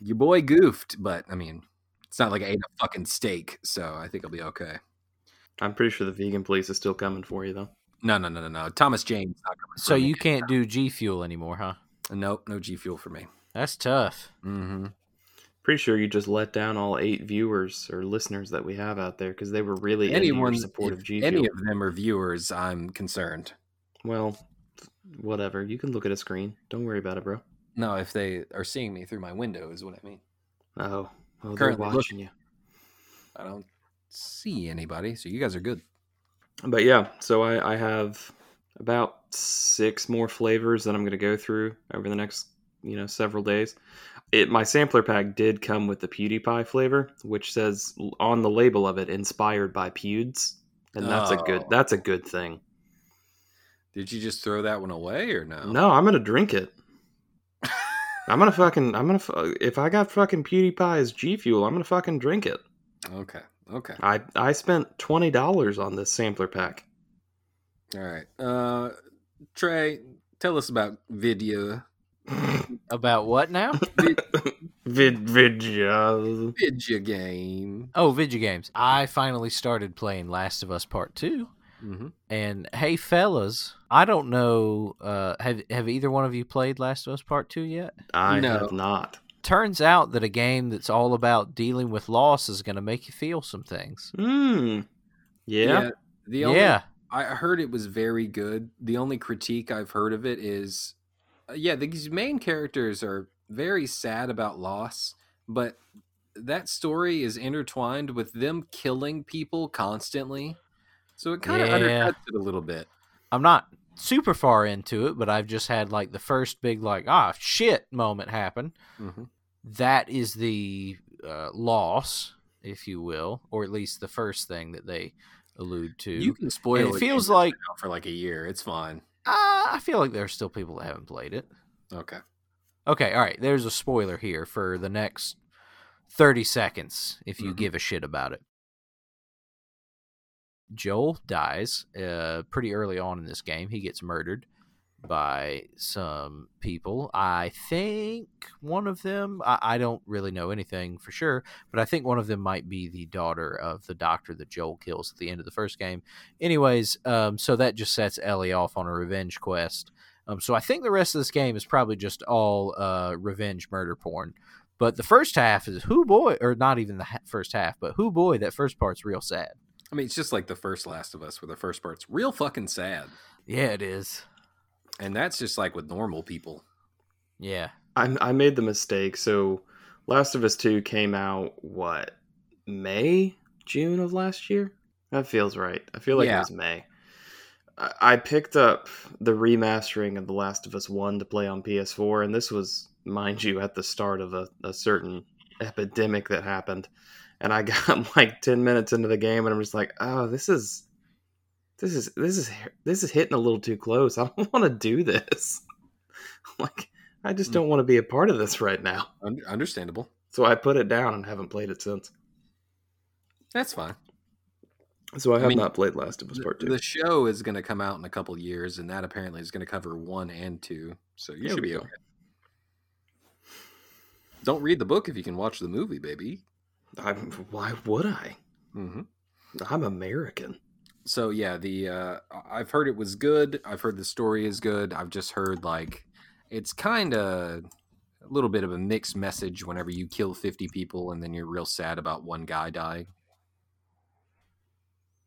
B: your boy goofed, but I mean, it's not like I ate a fucking steak, so I think I'll be okay.
C: I'm pretty sure the vegan police is still coming for you, though.
B: No, no, no, no, no. Thomas James. Not coming
A: So
B: for me.
A: you can't do G Fuel anymore, huh?
B: Nope, no G Fuel for me.
A: That's tough.
B: Mm-hmm.
C: Pretty sure you just let down all eight viewers or listeners that we have out there because they were really into your
B: Anyone
C: support of G
B: Any
C: Fuel.
B: of them are viewers. I'm concerned.
C: Well, whatever. You can look at a screen. Don't worry about it, bro.
B: No, if they are seeing me through my window, is what I mean.
C: Oh, oh they're
B: Currently
C: watching you.
B: I don't see anybody, so you guys are good.
C: But yeah, so I, I have about six more flavors that I'm going to go through over the next, you know, several days. It my sampler pack did come with the PewDiePie flavor, which says l- on the label of it, inspired by Pewds, and that's a good
B: Oh.
C: that's a good thing.
B: Did you just throw that one away or no?
C: No, I'm gonna drink it. I'm gonna fucking I'm gonna fu- if I got fucking PewDiePie's G Fuel, I'm gonna fucking drink it.
B: Okay. Okay.
C: I I spent twenty dollars on this sampler pack. (laughs)
B: All right. Uh, Trey, tell us about Vidya.
A: About what
B: (laughs)
A: now?
C: Vid video.
B: Vidya game.
A: oh, video games. I finally started playing Last of Us Part 2.
B: Mm-hmm.
A: And hey, fellas, I don't know. Uh, have have either one of you played Last of Us Part Two yet?
C: I
B: No.
C: have not.
A: Turns out that a game that's all about dealing with loss is going to make you feel some things.
C: Hmm. Yeah.
B: The only,
A: yeah,
B: I heard it was very good. The only critique I've heard of it is, uh, yeah, these main characters are very sad about loss, but that story is intertwined with them killing people constantly. So it kind of
A: Yeah.
B: undercuts it a little bit.
A: I'm not super far into it, but I've just had like the first big like ah shit moment happen.
B: Mm-hmm.
A: That is the uh, loss, if you will, or at least the first thing that they allude to.
B: You can
A: And
B: spoil
A: it
B: it.
A: feels like
B: for like a year. It's fine.
A: uh, I feel like there are still people that haven't played it.
B: Okay.
A: Okay, all right. There's a spoiler here for the next 30 seconds if you
B: Mhm.
A: give a shit about it. Joel dies uh, pretty early on in this game. He gets murdered by some people. I think one of them, I, I don't really know anything for sure, but I think one of them might be the daughter of the doctor that Joel kills at the end of the first game. Anyways, um, so that just sets Ellie off on a revenge quest. Um, so I think the rest of this game is probably just all uh, revenge murder porn. But the first half is who boy, or not even the ha- first half, but who boy, that first part's real sad.
B: I mean, it's just like the first Last of Us, where the first part's real fucking sad,
A: Yeah, it is.
B: and that's just like with normal people.
A: Yeah.
C: I I made the mistake. So, Last of Us Two came out what May June of last year. That feels right. I feel like
B: Yeah.
C: it was May. I I picked up the remastering of The Last of Us 1 to play on PS4, and this was, mind you, at the start of a, a certain epidemic that happened. And I (laughs) got like 10 minutes into the game, and I'm just like, oh, this is. This is this is this is hitting a little too close. I don't (laughs) want to do this. (laughs) Like I just don't want to be a part of this right now.
B: Un- understandable.
C: So I put it down and haven't played it since.
B: That's fine.
C: So I have
B: mean,
C: not played Last of Us
B: The-
C: Part 2.
B: The show is going to come out in a couple years, and that apparently is going to cover one and two. So you
C: There
B: should
C: we
B: be
C: go.
B: okay. Don't read the book if you can watch the movie, baby.
C: I'm, why would I?
B: hmm
C: I'm American.
B: So yeah, the uh, I- I've heard it was good. I've heard the story is good. I've just heard like it's kind of a little bit of a mixed message whenever you kill 50 people and then you're real sad about one guy dying.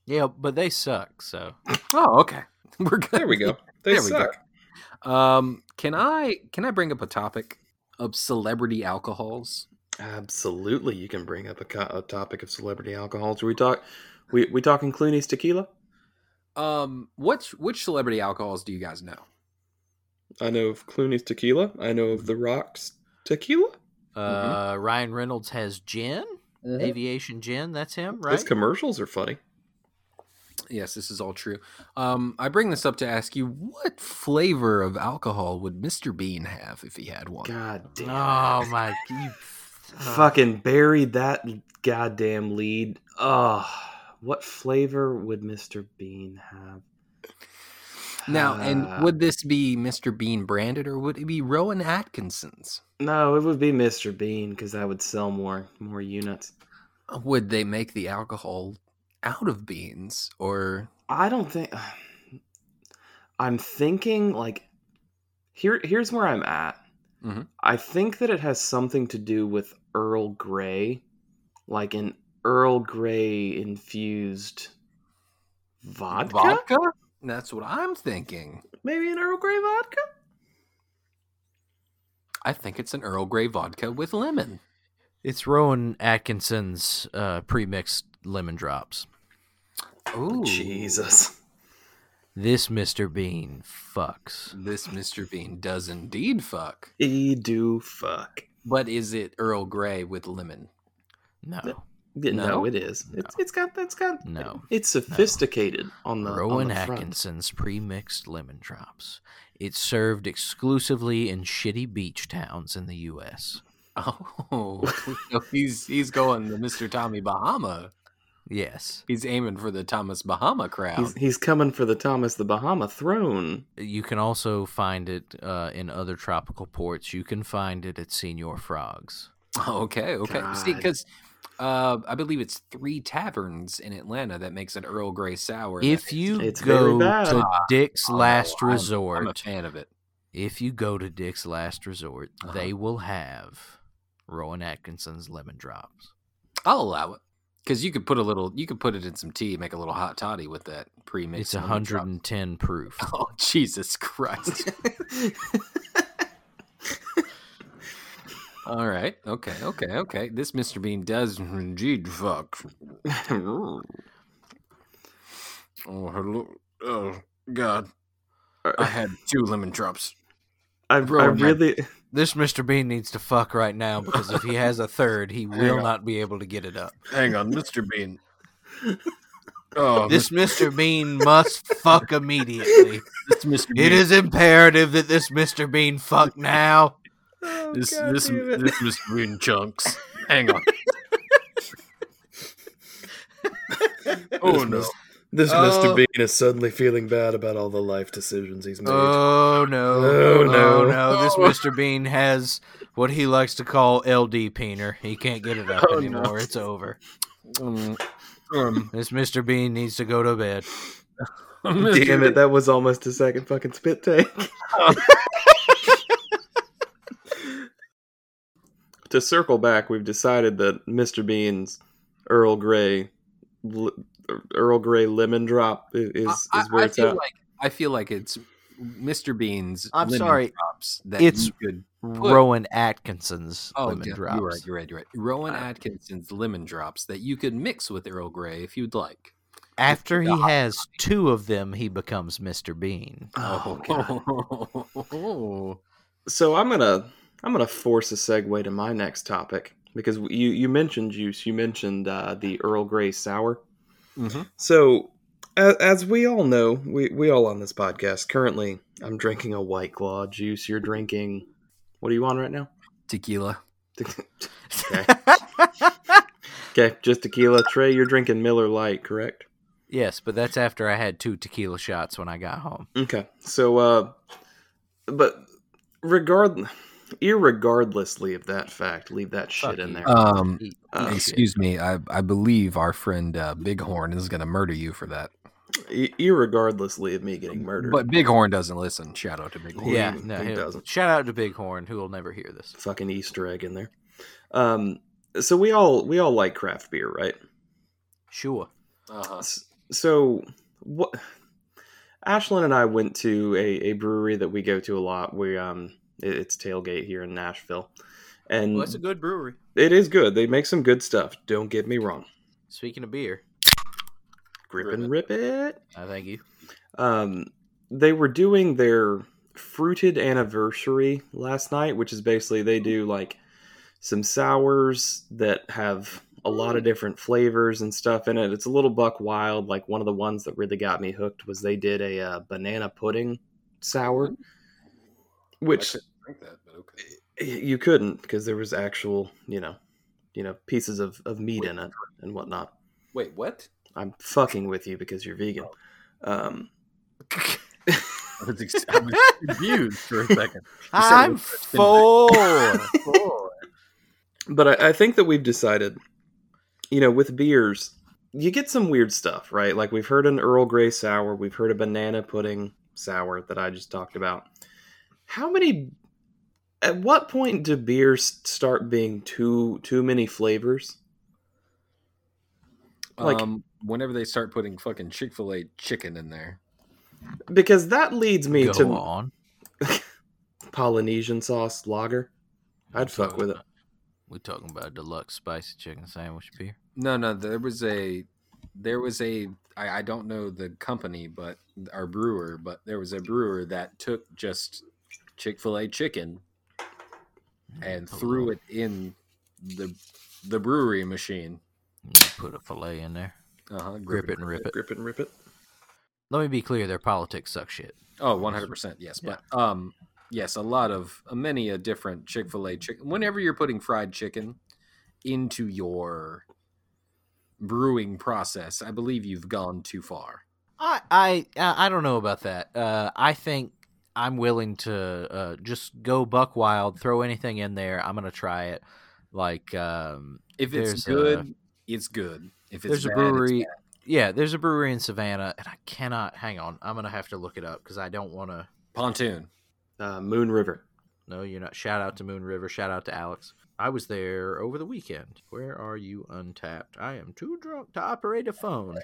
A: Yeah, but they suck, so.
B: Oh, okay. (laughs) We're good.
C: (laughs) They
B: There we go. Um, can I can I bring up a topic of celebrity alcohols?
C: Absolutely, you can bring up a, co- a topic of celebrity alcohols. Are we talk, we we talking Clooney's tequila?
B: Um, which which celebrity alcohols do you guys know?
C: I know of Clooney's tequila. I know of The Rock's tequila.
A: Uh, Ryan Reynolds has gin, aviation gin. Mm-hmm. That's him, right?
C: His commercials are funny.
B: Yes, this is all true. Um, I bring this up to ask you what flavor of alcohol would Mr. Bean have if he had one?
C: God damn!
A: oh, my. (laughs) You,
C: Fucking buried that goddamn lead. Oh, what flavor would Mr. Bean have?
B: Now,
C: Uh,
B: and would this be Mr. Bean branded or would it be Rowan Atkinson's?
C: no, it would be Mr. Bean because I would sell more more units.
B: Would they make the alcohol out of beans or
C: I don't think. (sighs) I'm thinking like here. Here's where I'm at.
B: Mhm.
C: I think that it has something to do with Earl Grey, like an Earl Grey infused vodka?
B: That's what I'm thinking.
C: Maybe an Earl Grey vodka.
B: I think it's an Earl Grey vodka with lemon.
A: It's Rowan Atkinson's uh, pre mixed lemon drops.
B: Oh,
C: Jesus. (laughs)
A: This Mr. Bean fucks.
B: This Mr. Bean does indeed fuck.
C: E do fuck.
B: But is it Earl Grey with (laughs) lemon?
A: No.
C: Yeah, no,
B: No?
C: it is. It's, it's got. It's got.
A: No.
C: It's sophisticated on the
A: Rowan
C: on the front.
A: Atkinson's pre mixed lemon drops. It's served exclusively in shitty beach towns in the U.S.
B: Oh, so he's he's going to Mr. Tommy Bahama.
A: Yes.
B: He's aiming for the Thomas Bahama crowd.
C: He's, he's coming for the Thomas the Bahama throne. (laughs)
A: You can also find it uh, in other tropical ports. You can find it at Senior Frogs.
B: (laughs) okay, okay. See,
C: God.
B: because uh, I believe it's three taverns in Atlanta that makes an Earl Grey sour. that
A: If
B: makes-
A: you
C: It's very
A: go
C: bad.
A: to Dick's
B: Oh,
A: Last
B: I'm-
A: Resort,
B: I'm a fan of it.
A: if you go to Dick's Last Resort,
B: Uh-huh.
A: they will have Rowan Atkinson's lemon drops.
B: I'll allow it because you could put a little. You could put it in some tea, make a little hot toddy with that pre-mixed.
A: It's a
B: lemon
A: hundred
B: drop.
A: and ten proof.
B: (laughs) Oh Jesus Christ! All right, okay, okay, okay. This Mr. Bean does indeed fuck.
C: Are-
B: Oh hello, oh God! I had two lemon
C: (laughs)
B: drops.
C: I, I
B: Rowan had-
C: really,
A: This Mr. Bean needs to fuck right now because if he has a third, he will
B: on.
A: not be able to get it up.
B: Hang on, Mr. (laughs) Bean. Oh,
A: This Mr. Bean must fuck immediately.
B: this Mr.
A: It is imperative that this Mr. Bean fuck now.
B: this this this Mr. Bean chunks. Hang (laughs) on. oh
E: This
B: no!
E: Mis- This
A: Oh.
E: Mr. Bean is suddenly feeling bad about all the life decisions he's made.
A: Oh no.
E: Oh, no.
A: no. This Mr. Bean has what he likes to call LD peener. He can't get it up
B: Oh, no.
A: anymore. It's over.
B: (laughs) Um, um,
A: This Mr. Bean needs to go to bed.
C: damn it, that was almost a second fucking
B: (laughs)
C: spit take. to circle back, we've decided that Mr. Bean's Earl Grey, l- Earl Grey lemon drop i- is is
B: I,
C: where
B: I
C: it's
B: feel
C: at.
B: like I feel like it's Mr. Bean's.
A: I'm
B: lemon
A: sorry,
B: drops that
A: it's-
B: you could.
A: Rowan Atkinson's
B: Oh,
A: lemon
B: yeah,
A: drops.
B: you're right. You're right. You're right. Rowan
C: Uh,
B: Atkinson's lemon drops that you could mix with Earl Grey if you'd like.
A: After he has two of them, he becomes Mr. Bean. (laughs)
C: oh, God.
B: God.
C: so I'm gonna I'm gonna force a segue to my next topic because you you mentioned juice, you mentioned uh, the Earl Grey sour.
A: Mm-hmm.
B: Mhm.
C: So as, as we all know, we we all on this podcast currently, I'm drinking a White Claw juice. You're drinking what are you on right now?
B: (laughs) Tequila.
C: okay, just tequila. Trey, you're drinking Miller Light, correct?
A: yes, but that's after I had two tequila shots when I got home.
C: Okay. So, uh, but regard, irregardlessly of that fact, leave that shit
A: Fuck
C: in
A: you.
C: there.
B: Um,
A: Eat-
C: Uh,
A: eat shit.
B: excuse me. I, I believe our friend uh, Bighorn is going to murder you for that.
C: I- e, irregardlessly of me getting murdered.
B: But Bighorn doesn't listen. Shout out to Bighorn.
A: Yeah,
C: He-
A: no.
C: he
A: he'll-
C: doesn't.
A: Shout out to Bighorn, who will never hear this.
C: fucking Easter egg in there. Um, so we all we all like craft beer, right?
A: Sure.
B: Uh-huh.
C: S- So what? Ashlyn and I went to a, a brewery that we go to a lot. We um, it- it's Tailgate here in Nashville, and
A: good brewery.
C: it is good. They make some good stuff. Don't get me wrong.
A: Speaking of beer,
C: Grip and rip it.
A: I thank you.
C: um, they were doing their fruited anniversary last night, which is basically they do like some sours that have a lot of different flavors and stuff in it. It's a little buck wild. Like one of the ones that really got me hooked was they did a uh, banana pudding sour, which
B: drink that, but okay.
C: you couldn't because there was actual, you know, you know, pieces of, of meat in it and whatnot.
B: Wait, what?
C: I'm fucking with you because you're vegan. Um,
B: I was ex- I was confused for a second. (laughs)
A: I'm full.
C: but I, I think that we've decided, you know, with beers, you get some weird stuff, right? Like we've heard an Earl Grey sour, we've heard a banana pudding sour that I just talked about. How many? At what point do beers start being too too many flavors? Like-
B: um, whenever they start putting fucking Chick Fil A chicken in there,
C: Because that leads (laughs) me
A: Go
C: to
A: on.
C: Polynesian sauce lager. I'd fuck with it.
A: We're talking about deluxe spicy chicken sandwich beer.
B: no, no, there was a, there was a, I, I don't know the company, but our brewer, but there was a brewer that took just Chick Fil A chicken and threw it in the the brewery machine.
A: Put a fillet in there.
B: Uh-huh,
A: Grip it and rip it.
C: Grip it and rip it.
A: Let me be clear. Their politics suck shit.
B: Oh, 100%. Yes. But um yes, a lot of uh, many a different Chick-fil-A chicken. Whenever you're putting fried chicken into your brewing process, I believe you've gone too far.
A: I I uh, I don't know about that. Uh, I think I'm willing to uh, just go buck wild, throw anything in there. I'm gonna try it. Like um,
B: If it's
A: There's a-
B: good, it's good. If it's
A: there's a
B: bad, it's
A: brewery.
B: bad.
A: Yeah, there's a brewery in Savannah, and I cannot. Hang on, I'm gonna have to look it up because I don't want to.
B: pontoon.
C: Uh, Moon River.
A: No, you're not. Shout out to Moon River. Shout out to Alex. I was there over the weekend. Where are you, Untapped? I am too drunk to operate a
C: (laughs)
A: phone.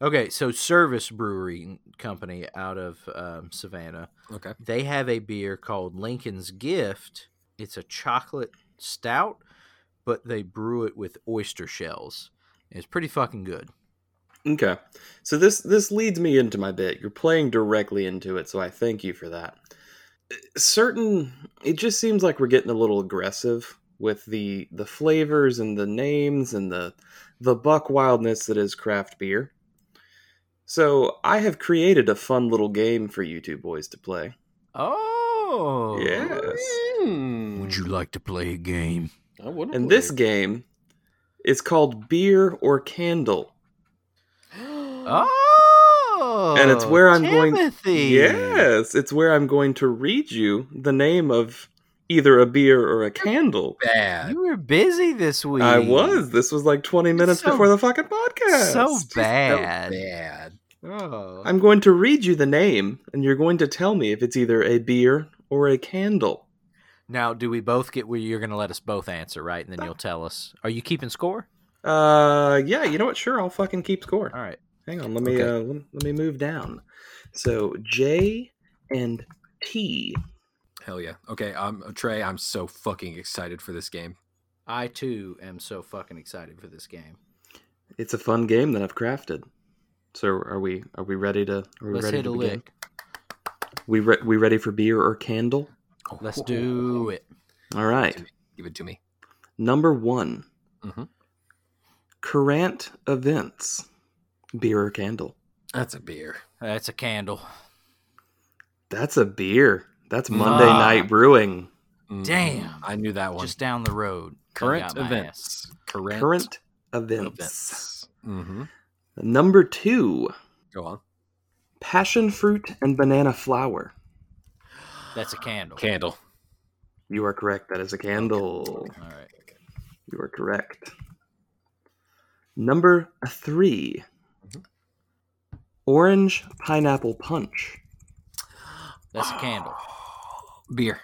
A: okay, so Service Brewing Company out of um, Savannah.
B: Okay.
A: They have a beer called Lincoln's Gift. It's a chocolate stout, but they brew it with oyster shells. It's pretty fucking good.
C: Okay. So this this leads me into my bit. You're playing directly into it, so I thank you for that. Certain it just seems like we're getting a little aggressive with the the flavors and the names and the the buck wildness that is craft beer. So I have created a fun little game for you two boys to play.
A: Oh.
C: Yes.
B: Hmm.
A: Would you like to play a game?
B: I wouldn't
C: And
B: believe
C: this game is called Beer or Candle.
A: (gasps) Oh.
C: And it's where I'm going-
A: Timothy.
C: Yes, it's where I'm going to read you the name of either a beer or a candle.
B: bad.
A: You were busy this week.
C: I was. This was like 20 minutes
A: so-
C: before the fucking
A: (laughs)
C: podcast.
A: So
B: It's just so
A: bad.
B: bad.
A: Oh.
C: I'm going to read you the name, and you're going to tell me if it's either a beer or a candle.
A: Now, do we both get where you're going to let us both answer, right? And then you'll tell us. Are you keeping score?
C: Uh, yeah, you know what? Sure, I'll fucking keep score.
A: All right.
C: Hang on, let me
A: Okay.
C: uh, let, me- let me move down. So J and T.
B: Hell yeah. Okay, um, Trey, I'm so fucking excited for this game.
A: I too am so fucking excited for this game.
C: It's a fun game that I've crafted. So are we are we ready to are we
A: Let's
C: ready
A: hit
C: to
A: a
C: begin?
A: lick.
C: We re- we ready for beer or candle?
A: Let's
B: Oh,
A: do it.
C: All right.
B: Give it to me.
C: Number one.
B: Mhm.
C: Current events. Beer or candle?
B: That's a beer.
A: That's a candle.
C: That's a beer. That's
B: Ah.
C: Monday
A: Fuck.
C: Night Brewing.
B: Mm,
A: Damn.
B: I knew that one.
A: Just down the road.
B: current
A: Got my
B: events. Current,
C: Current events.
B: events. Mm-hmm.
C: Number two.
B: Go on.
C: Passion fruit and banana flower.
A: ass. That's a candle.
B: Candle.
C: You are correct. That is a candle.
A: All right.
C: You are correct. Number three.
B: Mm-hmm.
C: Orange pineapple punch.
A: That's a candle.
B: Beer.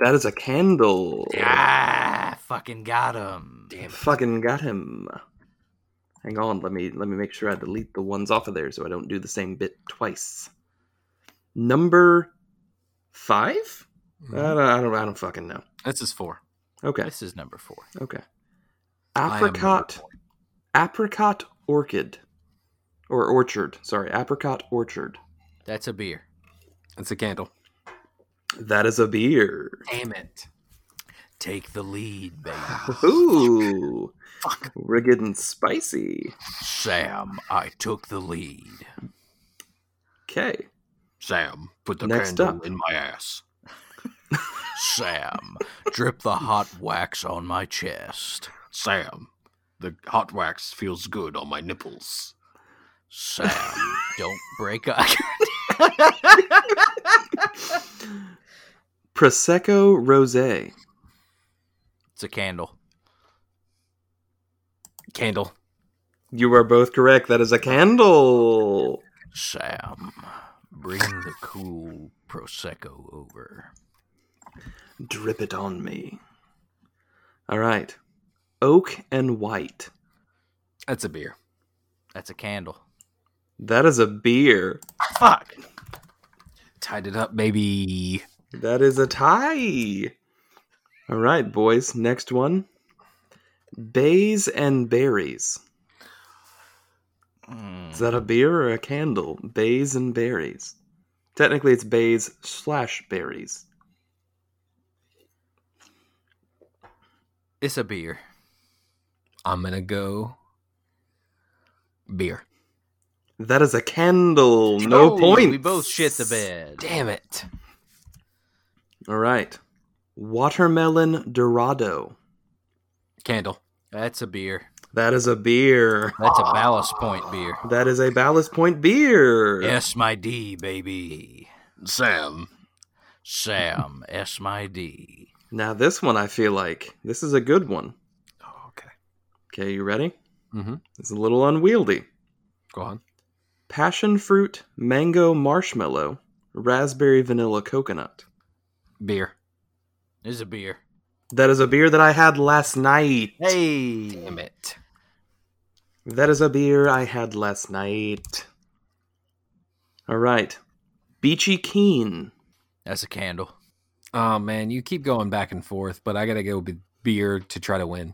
C: That is a candle.
A: Ah, fucking got him.
B: Damn.
C: Fucking got him. Hang on, let me let me make sure I delete the ones off of there so I don't do the same bit twice. Number 5 I,
B: Mhm.
C: don't, I don't I don't fucking know.
B: This is four.
C: Okay,
A: This is number four.
C: okay.
B: I am
C: Apricot, apricot orchid, or orchard. Sorry, apricot orchard.
A: That's a beer.
B: It's a candle.
C: That is a beer.
B: Damn it.
A: Take the lead,
C: (sighs)
A: baby.
C: Ooh, we're getting spicy.
A: Sam, I took the lead.
C: Okay,
B: Sam, put the
C: Next
B: candle
C: up.
B: in my ass.
A: Sam, drip the hot wax on my chest.
B: Sam, the hot wax feels good on my nipples.
A: Sam, don't break up.
C: prosecco rosé.
A: (laughs) it's a candle.
B: Candle.
C: You are both correct. That is a candle.
A: Sam, bring the cool Prosecco over.
C: Drip it on me. All right. Oak and white.
B: That's a beer.
A: That's a candle.
C: That is a beer.
A: Fuck.
B: Tied it up, baby.
C: That is a tie. All right, boys. Next one. Bays and berries. Is that a beer or a candle? Bays and berries. Technically, it's bays slash berries.
A: It's a beer.
B: I'm gonna go beer.
C: That is a candle. No
A: Oh,
C: point.
A: We both shit the bed.
B: Damn it.
C: All right. Watermelon Dorado.
B: Candle.
A: That's a beer.
C: That is a beer.
A: That's a ballast point beer.
C: That is a Ballast Point beer.
A: S my D, baby.
B: Sam.
A: Sam, S my D.
C: Now this one, I feel like this is a good one.
B: Oh, okay.
C: Okay, you ready?
B: Mhm.
C: It's a little unwieldy.
B: Go on.
C: Passion fruit, mango, marshmallow, raspberry, vanilla, coconut.
B: Beer.
A: This is a beer.
C: That is a beer that I had last night.
A: Hey.
B: Damn it.
C: That is a beer I had last night. All right. Beachy Keen.
A: That's a candle.
B: Oh man, you keep going back and forth, but I gotta go with beer to try to win.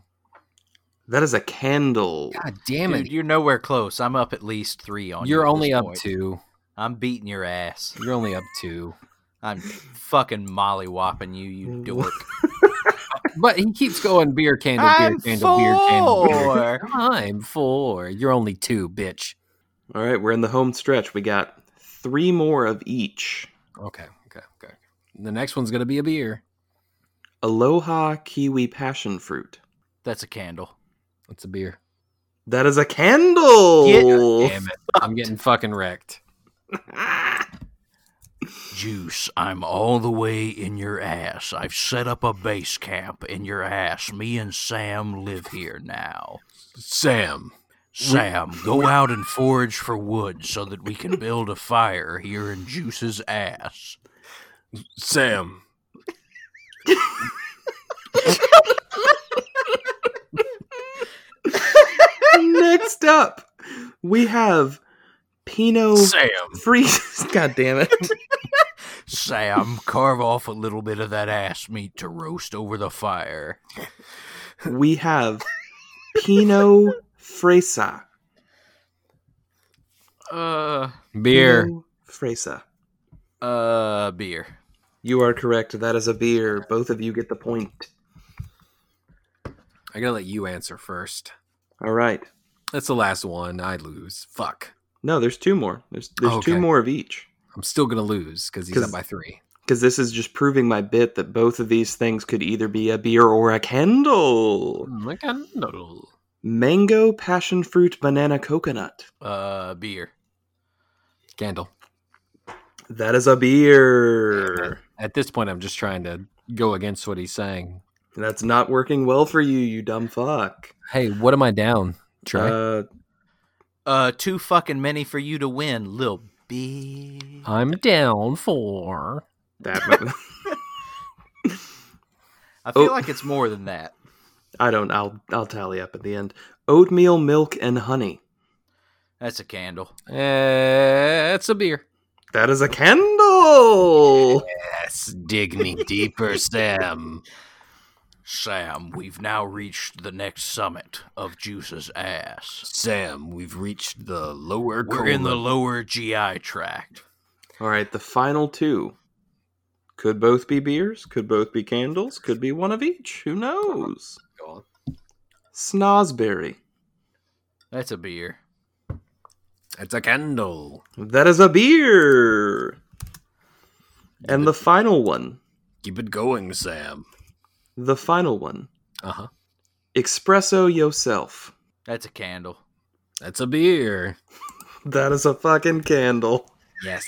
C: That is a candle.
B: God damn
A: Dude,
B: it!
A: you're nowhere close. I'm up at least three on you.
B: You're
A: at
B: only
A: this
B: up
A: point.
B: two.
A: I'm beating your ass.
B: You're only up two.
A: I'm fucking molly whopping you, you dork.
B: But he keeps going beer candle, beer
A: I'm
B: candle, beer candle. Beer.
A: four.
B: I'm four. You're only two, bitch.
C: All right, we're in the home stretch. We got three more of each.
B: Okay, okay, okay. The next one's gonna be a beer.
C: Aloha Kiwi Passion Fruit.
A: That's a candle.
B: It's a beer.
C: That is a candle.
B: Damn it! I'm getting fucking wrecked.
A: Juice, I'm all the way in your ass. I've set up a base camp in your ass. Me and Sam live here now.
B: Sam.
A: Sam, go out and forage for wood so that we can build a fire here in Juice's ass.
B: Sam.
C: (laughs) Next up, we have Pinot
B: Sam.
C: Freeze. (laughs) God damn it.
A: Sam, carve off a little bit of that ass meat to roast over the fire.
C: We have Pinot Fresa.
A: Uh,
B: Beer.
C: Pinot Fresa.
A: uh, beer.
C: You are correct. That is a beer. Both of you get the point.
B: I gotta let you answer first.
C: All right.
B: That's the last one. I lose. Fuck.
C: No, there's two more. There's there's two
B: Okay.
C: more of each.
B: I'm still gonna lose because he's
C: 'Cause-
B: up by three.
C: Because this is just proving my bit that both of these things could either be a beer or a candle.
A: Mm,
B: Like a noodle.
C: Mango, passion fruit, banana, coconut.
A: Uh, beer.
B: Candle.
C: That is a beer.
B: At this point, I'm just trying to go against what he's saying.
C: That's not working well for you, you dumb fuck.
B: Hey, what am I down? Try.
C: Uh,
A: Uh, too fucking many for you to win, lil' bitch.
B: I'm down for.
C: that.
A: I feel
C: Oh.
A: like it's more than that.
C: (laughs) I don't. I'll. I'll tally up at the end. Oatmeal, milk, and honey.
A: That's a candle.
B: Eh, It's a beer.
C: That is a candle.
B: Yes, dig me deeper, Sam.
A: Sam, we've now reached the next summit of Juice's ass.
B: Sam, we've reached the lower.
A: We're in the lower GI tract.
C: All right. The final two could both be beers. Could both be candles. Could be one of each. Who knows? Snozberry.
A: That's a beer.
B: It's a candle.
C: That is a beer. And the final one.
B: Keep it going, Sam.
C: The final one.
B: Uh
C: Uh-huh.
B: huh.
C: Espresso yourself. (laughs)
A: That's a candle.
B: That's a beer.
C: That is a fucking candle.
B: Yes.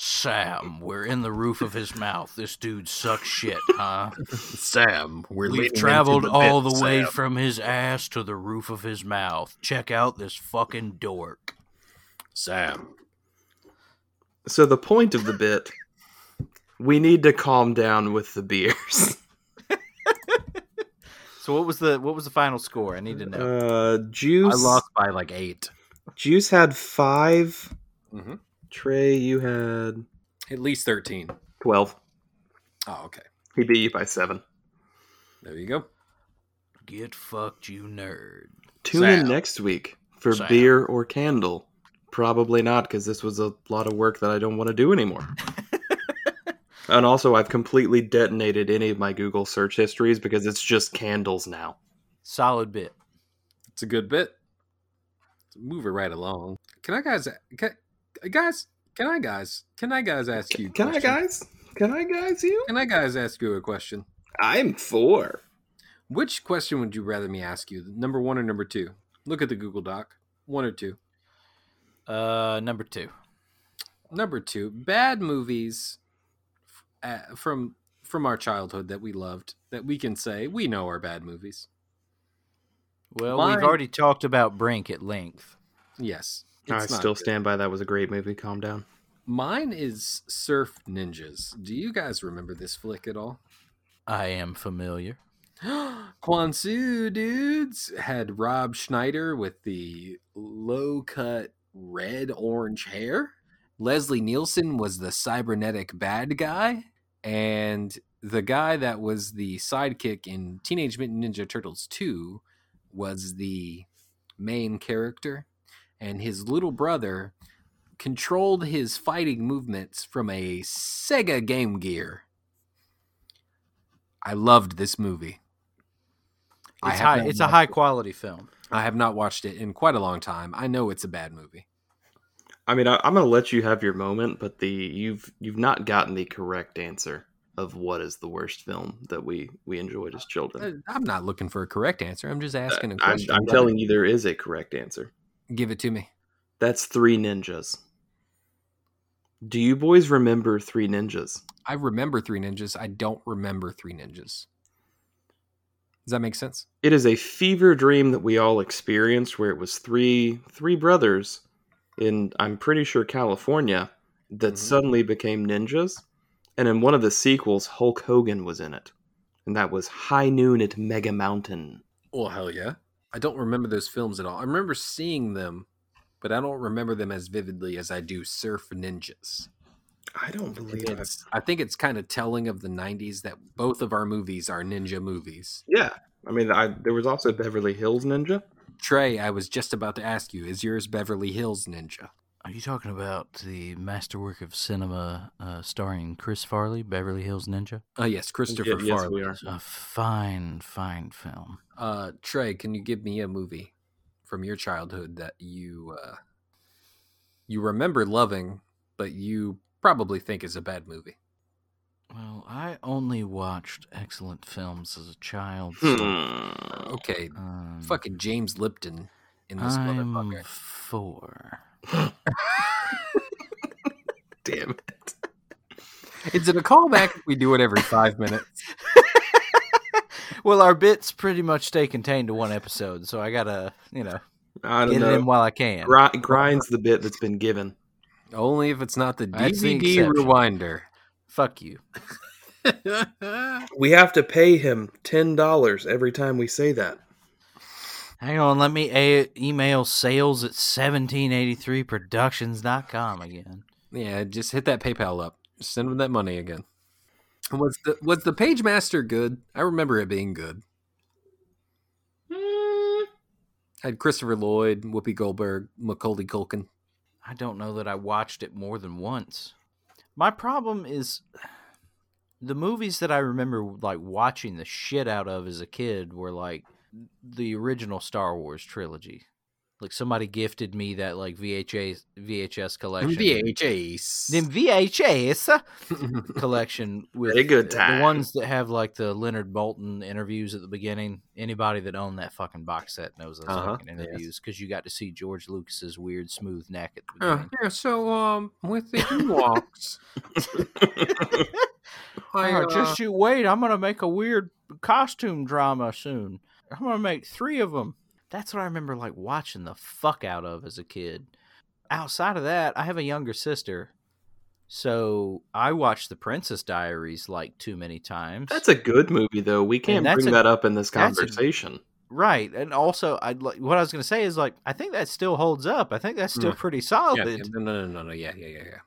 A: Sam, we're in the roof of his mouth. This dude sucks shit,
B: (laughs)
A: huh?
B: Sam, we're leading
A: We've
B: into
A: traveled
B: the
A: all
B: pit,
A: the way
B: Sam.
A: from his ass to the roof of his mouth. Check out this fucking dork.
B: Sam.
C: So the point of the (laughs) bit, we need to calm down with the (laughs) beers.
A: So what was the what was the final score? I need to know.
C: Uh,
B: I
C: Juice.
B: lost by like eight.
C: Juice had five. Mm-hmm.
B: Mhm.
C: Trey, you had
B: At least thirteen.
C: twelve.
B: Oh, okay.
C: He beat you by seven.
B: There you go.
A: Get fucked, you nerd.
C: Tune in
B: Sam.
C: next week for
A: Sam.
C: beer or candle. Probably not, because this was a lot of work that I don't want to do anymore. (laughs) and also, I've completely detonated any of my Google search histories because it's just candles now.
A: Solid bit.
B: It's a good bit. Move it right along. Can I guys? Can, guys? Can I guys? Can I guys ask you? a
C: Can I,
B: question?
C: guys? Can I, guys? You?
B: Can I guys ask you a question?
C: I'm four.
B: Which question would you rather me ask you? Number one or number two? Look at the Google Doc. One or two.
A: Uh, number two.
B: Number two. Bad movies f- uh, from from our childhood that we loved that we can say we know are bad movies.
A: Well,
B: Mine-
A: we've already talked about Brink at length.
B: Yes.
C: I
B: it's not
C: still
B: good.
C: stand by that was a great movie. Calm down.
B: Mine is Surf Ninjas. Do you guys remember this flick at all?
A: I am familiar.
B: (gasps) Quan Su dudes had Rob Schneider with the low cut red orange hair. Leslie Nielsen was the cybernetic bad guy. And the guy that was the sidekick in Teenage Mutant Ninja Turtles 2 was the main character. And his little brother controlled his fighting movements from a Sega Game Gear. I loved this movie. I
A: It's,
B: have
A: high,
B: not
A: it's a
B: watched
A: high
B: it.
A: quality film.
B: I have not watched it in quite a long time. I know it's a bad movie.
C: I mean, I, I'm gonna let you have your moment, but the you've you've not gotten the correct answer of what is the worst film that we we enjoyed as
B: Uh,
C: children.
B: I'm not looking for a correct answer. Uh, I'm just asking a
C: I'm,
B: question.
C: I'm telling you, there is a correct answer.
B: Give it to me.
C: That's Three Ninjas. Do you boys remember Three Ninjas?
B: I remember Three Ninjas. I don't remember Three Ninjas. Does that make sense?
C: It is a fever dream that we all experienced, where it was three three brothers in I'm pretty sure California that
B: Mhm.
C: suddenly became ninjas, and in one of the sequels, Hulk Hogan was in it, and that was High Noon at Mega Mountain.
B: Well, hell yeah. I don't remember those films at all. I remember seeing them, but I don't remember them as vividly as I do Surf Ninjas.
E: I don't
B: Oh,
E: believe I've
B: It's, I think it's kind of telling of the 90s that both of our movies are ninja movies.
C: Yeah, I mean, I, there was also Beverly Hills Ninja.
B: Trey, I was just about to ask you, is yours Beverly Hills Ninja?
A: Are you talking about the masterwork of cinema uh, starring Chris Farley, Beverly Hills Ninja?
B: Oh, yes, Christopher
C: Ye- yes,
B: Farley.
C: we are.
A: A fine, fine film.
B: Uh, Trey, can you give me a movie from your childhood that you uh, you remember loving, but you probably think is a bad movie?
A: Well, I only watched excellent films as a child. so,
C: Hmm.
B: Okay,
A: um,
B: fucking James Lipton in this
A: I'm
B: motherfucker.
A: four.
C: Damn it.
B: Is it a callback? if we do it every five minutes.
A: well, our bits pretty much stay contained to one episode, so I gotta, you know,
C: I
A: get
C: don't
A: it in
C: know.
A: while I can.
C: Gri- grinds the bit that's been given.
B: Only if it's not the
A: That's the
B: DVD
A: exception.
B: rewinder.
A: Fuck you.
C: We have to pay him ten dollars every time we say that.
A: Hang on, let me a- email sales at 1783productions.com again.
B: yeah, just hit that PayPal up. Send them that money again. Was the was the Page Master good? I remember it being good. Had Christopher Lloyd, Whoopi Goldberg, Macaulay Culkin.
A: I don't know that I watched it more than once. My problem is the movies that I remember like watching the shit out of as a kid were like the original Star Wars trilogy. Like somebody gifted me that like VHS VHS collection.
B: VHS.
A: Then VHS collection with
C: Very good
A: the
C: time.
A: ones that have like the Leonard Bolton interviews at the beginning. Anybody that owned that fucking box set knows those
B: Uh-huh,
A: fucking interviews because you got to see George Lucas's weird smooth neck at the
B: (laughs) Uh,
A: beginning.
B: yeah, so um, with the Ewoks, I
A: Oh,
B: uh,
A: just you wait. I'm gonna make a weird costume drama soon. I'm gonna make three of them. That's what I remember like watching the fuck out of as a kid. Outside of that, I have a younger sister, so I watched The Princess Diaries like too many times.
C: That's a good movie, though. We can't
A: And that's
C: bring
A: a-
C: that up in this
A: that's a-
C: conversation.
A: right, and also I like what I was gonna say is like I think that still holds up. I think that's still pretty solid.
B: Mm. yeah, yeah, no, no, no, no, no, yeah, yeah, yeah, yeah.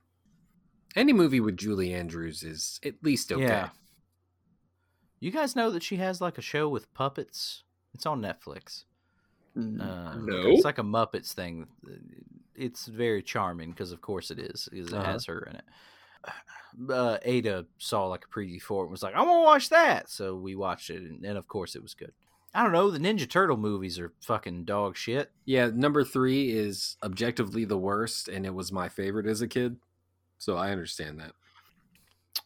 B: Any movie with Julie Andrews is at least okay.
A: Yeah. You guys know that she has like a show with puppets. It's on Netflix. Uh,
C: no.
A: it's like a Muppets thing. It's very charming because, of course, it is. Because
B: Uh-huh.
A: it (sighs) has her in it. Uh, Ada saw like a preview for it and was like, "I want to watch that," so we watched it, and, and of course, it was good. I don't know. The Ninja Turtle movies are fucking dog shit.
B: Yeah, number three is objectively the worst, and it was my favorite as a kid, so I understand that.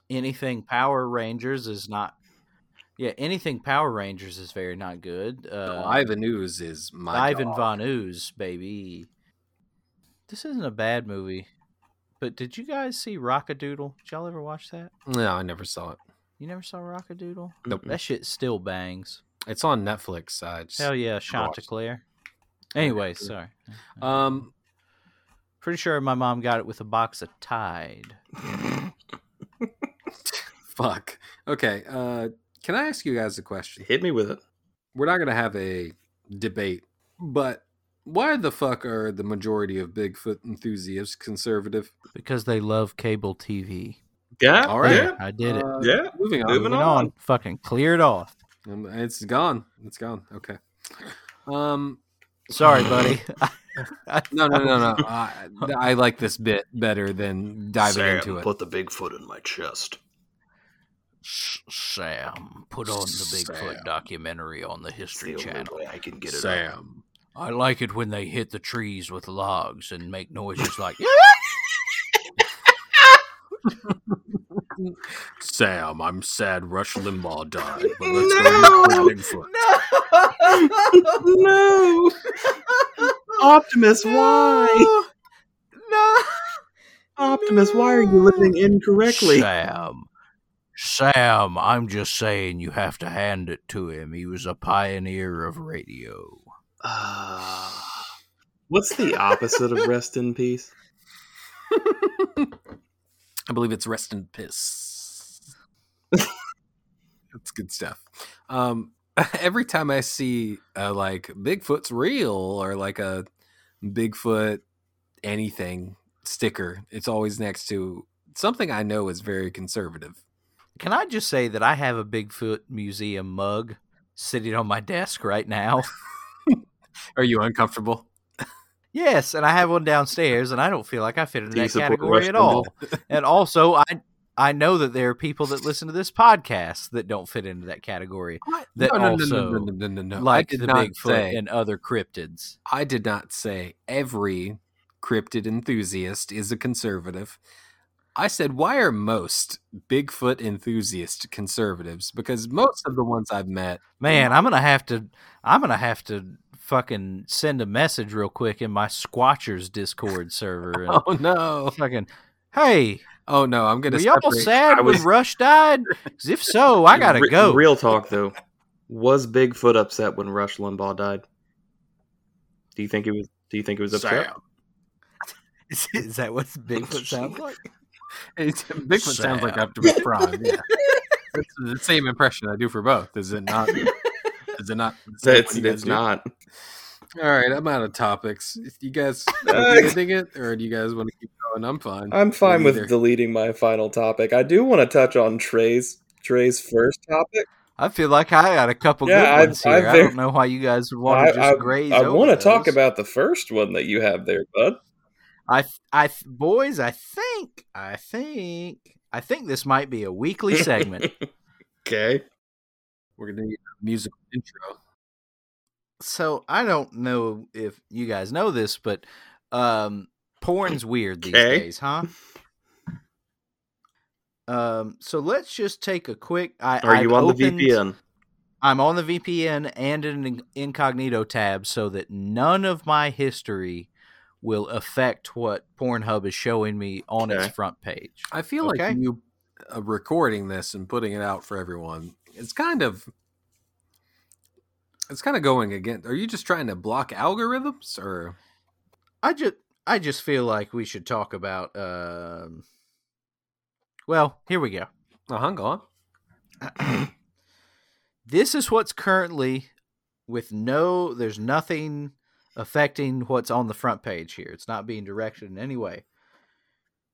A: Anything Power Rangers is not. Yeah, anything Power Rangers is very not good. Uh,
B: Ivan Ooze is my
A: Ivan
B: dog.
A: Von Ooze, baby. This isn't a bad movie, but did you guys see Rockadoodle? Did y'all ever watch that?
B: No, I never saw it.
A: You never saw Rockadoodle?
B: Nope.
C: Mm.
A: That shit still bangs.
B: It's on Netflix. I just,
A: Hell yeah, Chanticleer. Anyway,
B: Rockadoodle.
A: sorry.
B: um,
A: Pretty sure my mom got it with a box of Tide.
B: fuck. Okay. Uh, can I ask you guys a question?
C: Hit me with it.
B: We're not gonna have a debate, but why the fuck are the majority of Bigfoot enthusiasts conservative?
A: Because they love cable TV.
C: Yeah.
B: All right.
A: I did it.
B: Uh,
C: Yeah.
B: Moving on.
C: Moving
A: Moving on. Fucking cleared off.
B: Um, It's gone. It's gone. Okay. Um.
A: Sorry, buddy.
B: No, no, no, (laughs) no. I, I like this bit better than diving into it.
E: the big foot in my chest.
A: S- Sam, put on the Bigfoot
B: Sam.
A: documentary on the History Channel.
E: I can
B: Sam.
A: I like it when they hit the trees with logs and make (laughs) noises like.
B: Sam, I'm sad Rush Limbaugh died, but
C: let's go look for No!
B: Bigfoot.
C: no. Optimus, why?
B: (laughs)
A: No.
C: Optimus, why are you living incorrectly?
A: Sam. Sam, I'm just saying you have to hand it to him. He was a pioneer of radio.
C: Uh, (sighs) what's the opposite of rest in peace?
B: I believe it's Rest in Piss. That's good stuff. Um, (laughs) every time I see uh, like Bigfoot's real or like a Bigfoot anything sticker, it's always next to something I know is very conservative.
A: Can I just say that I have a Bigfoot museum mug sitting on my desk right now?
B: Are you uncomfortable?
A: Yes, and I have one downstairs, and I don't feel like I fit into
C: Do you
A: that
C: support
A: category
C: Rush
A: at all. and also, I I know that there are people that listen to this podcast that don't fit into that category, That also
B: no, no, no.
A: like
B: I did
A: the
B: not
A: Bigfoot
B: say-
A: and other cryptids.
B: I did not say every cryptid enthusiast is a conservative. I said, why are most Bigfoot enthusiast conservatives? Because most of the ones I've met, (laughs)
A: Man, I'm gonna have to I'm gonna have to fucking send a message real quick in my Squatchers Discord server.
B: (laughs)
A: And
B: oh no,
A: fucking, hey,
B: oh no, I'm gonna
A: were y'all
B: separate.
A: sad
C: I
A: when
C: was-
A: Rush died? 'Cause if so, I gotta
C: Re-
A: go.
C: Real talk, though. Was Bigfoot upset when Rush Limbaugh died? Do you think it was? Do you think it was upset? (laughs)
A: Is, is that what Bigfoot sounds like?
B: (laughs) It's- Bigfoot sounds like
A: Sad.
B: Optimus Prime. Yeah, it's the same impression I do for both. Is it not? Is it not? the same
C: That's
B: one you guys
C: it's
B: do?
C: not.
B: All right, I'm out of topics. You
C: (laughs)
B: guys are you ending it, or do you guys want to keep going? I'm fine.
C: I'm
B: fine with Neither.
C: deleting my final topic. I do want to touch on Trey's Trey's first topic.
A: I feel like I got a couple
C: Yeah,
A: good
C: I've-
A: ones here.
C: I've
A: I
C: ver-
A: don't know why you guys want to just graze.
C: I
A: want to
C: talk about the first one that you have there, bud.
A: I, th- I, th- boys, I think, I think, I think this might be a
C: (laughs)
A: weekly segment.
C: Okay.
B: We're gonna need a musical intro.
A: so I don't know if you guys know this, but um, porn's weird these
C: Okay.
A: days, huh? Um, so let's just take a quick. I,
C: Are you
A: I've
C: on
A: opened-
C: the VPN?
A: I'm on the VPN and an in- incognito tab so that none of my history will affect what Pornhub is showing me on
C: Okay.
A: its front page.
B: I feel
A: Okay.
B: like you uh, recording this and putting it out for everyone. It's kind of it's kind of going against. Are you just trying to block algorithms or
A: I just I just feel like we should talk about um well, here we go.
B: oh, hung on?
A: This is what's currently with no there's nothing affecting what's on the front page here. It's not being directed in any way.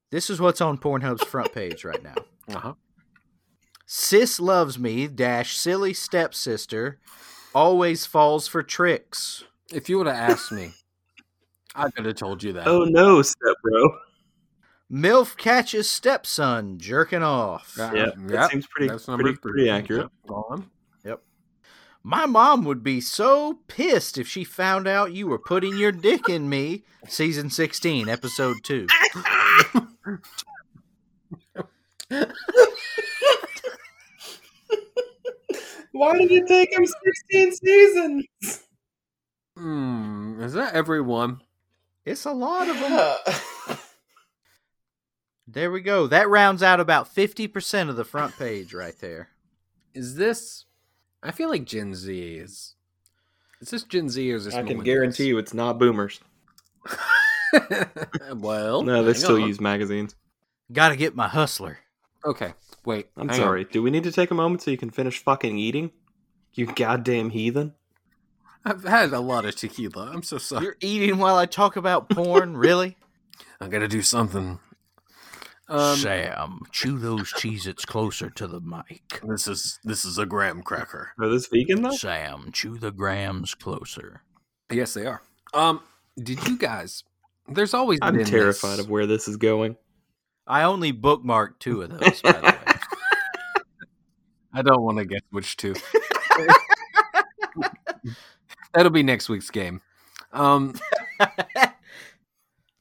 A: This is what's on Pornhub's front page right now.
B: Uh-huh.
A: Sis loves me, dash silly stepsister, always falls for tricks.
B: If you would have asked me, I could have told you that.
C: Oh no, step bro.
A: MILF catches stepson jerking off.
B: Uh,
C: Yeah, that seems pretty-
B: number
C: pretty-
B: three.
C: pretty accurate.
B: Go on.
A: My mom would be so pissed if she found out you were putting your dick in me. Season 16, episode 2.
F: Why did it take him 16 seasons?
B: Hmm, is that everyone?
A: It's a lot of them.
C: (laughs)
F: Yeah.
A: There we go. That rounds out about 50% of the front page right there.
B: Is this? I feel like Gen Z is. Is this Gen Z or is this?
C: I can guarantee you it's not boomers.
B: millennials? (laughs) well,
C: No, they
B: Oh, hang
C: still
B: on.
C: use magazines.
A: Gotta get my hustler.
B: Okay, wait.
C: I'm
B: hang on.
C: sorry. Do we need to take a moment so you can finish fucking eating? You goddamn heathen.
B: I've had a lot of tequila. I'm so sorry.
A: You're eating while I talk about (laughs) porn, really?
B: I gotta do something. Um,
A: Sam, chew those Cheez Its closer to the mic.
B: this is this is a graham cracker.
C: Are this vegan though?
A: Sam, chew the grams closer.
B: Yes, they are. Um, did you guys? There's always.
C: I'm
B: been this-
C: terrified of where this
B: (laughs)
C: is going.
A: I only bookmarked two of those, by the way.
B: I don't want to guess which
C: (laughs)
B: two. That'll be next week's game.
C: (laughs)
B: Um,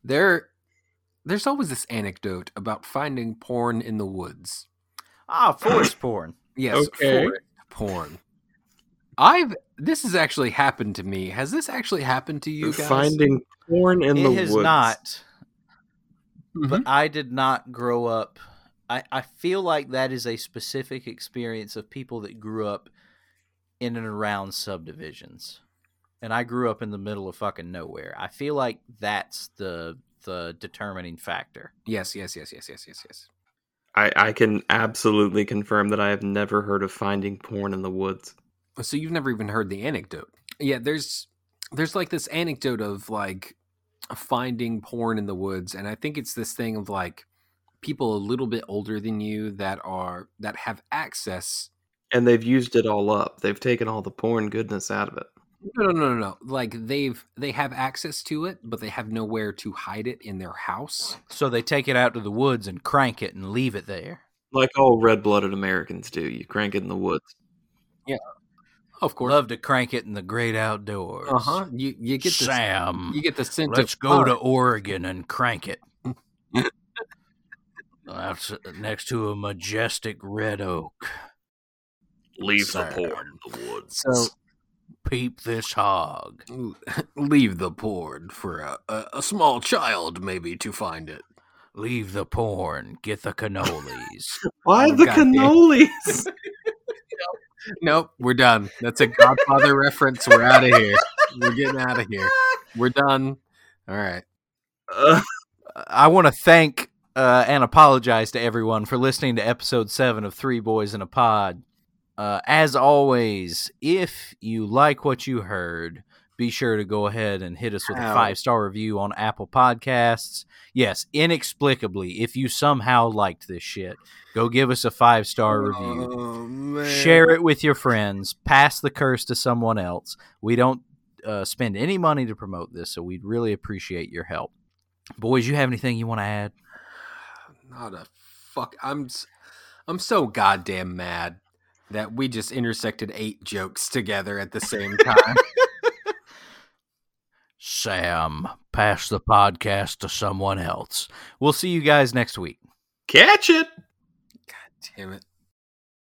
B: there, there's always this anecdote about finding porn in the woods.
A: Ah, force porn.
B: Yes,
C: Okay.
B: forest porn. I've this has actually happened to me. Has this actually happened to you guys?
C: Finding porn in
A: it
C: the
A: has
C: woods.
A: not,
B: Mhm.
A: but I did not grow up. I, I feel like that is a specific experience of people that grew up in and around subdivisions. And I grew up in the middle of fucking nowhere. I feel like that's the the determining factor.
B: Yes, yes, yes, yes, yes, yes, yes.
C: I, I can absolutely confirm that I have never heard of finding porn in the woods.
B: so you've never even heard the anecdote yeah there's there's like this anecdote of like finding porn in the woods and i think it's this thing of like people a little bit older than you that are that have access
C: And they've used it all up. They've taken all the porn goodness out of it.
B: no no no no no like they've they have access to it but they have nowhere to hide it in their house
A: So they take it out to the woods and crank it and leave it there.
C: Like all red blooded Americans do. You crank it in the woods.
B: of course
A: Love to crank it in the great outdoors.
B: uh-huh you you get the
A: Sam,
B: you get the sense
A: let's
B: of
A: go to
B: fun.
A: Oregon and crank it. That's next to a majestic red oak.
E: Leave
A: Sam.
E: in the woods.
B: so
A: Peep this hog.
B: leave the porn for a, a, a small child maybe to find it
A: Leave the porn. Get the cannolis.
C: Why
B: Oh,
C: the
B: goddamn. (laughs)
C: cannolis? (laughs)
B: Nope, we're done. That's a Godfather reference. We're out of here. We're getting out of here. We're done. All right.
C: Uh,
A: I want to thank uh, and apologize to everyone for listening to episode seven of Three Boys in a Pod. Uh, as always, if you like what you heard, be sure to go ahead and hit us with a
B: Ow.
A: five star review on Apple Podcasts. Yes, inexplicably, if you somehow liked this shit, go give us a five star
B: Oh,
A: review. Share it with your friends. Pass the curse to someone else. We don't uh, spend any money to promote this, so we'd really appreciate your help. Boys, you have anything you want to add?
B: Not a fuck. I'm s- I'm so goddamn mad that we just intersected eight jokes together at the (laughs) same time.
A: Sam, pass the podcast to someone else. We'll see you guys next week.
C: catch it!
B: Damn it.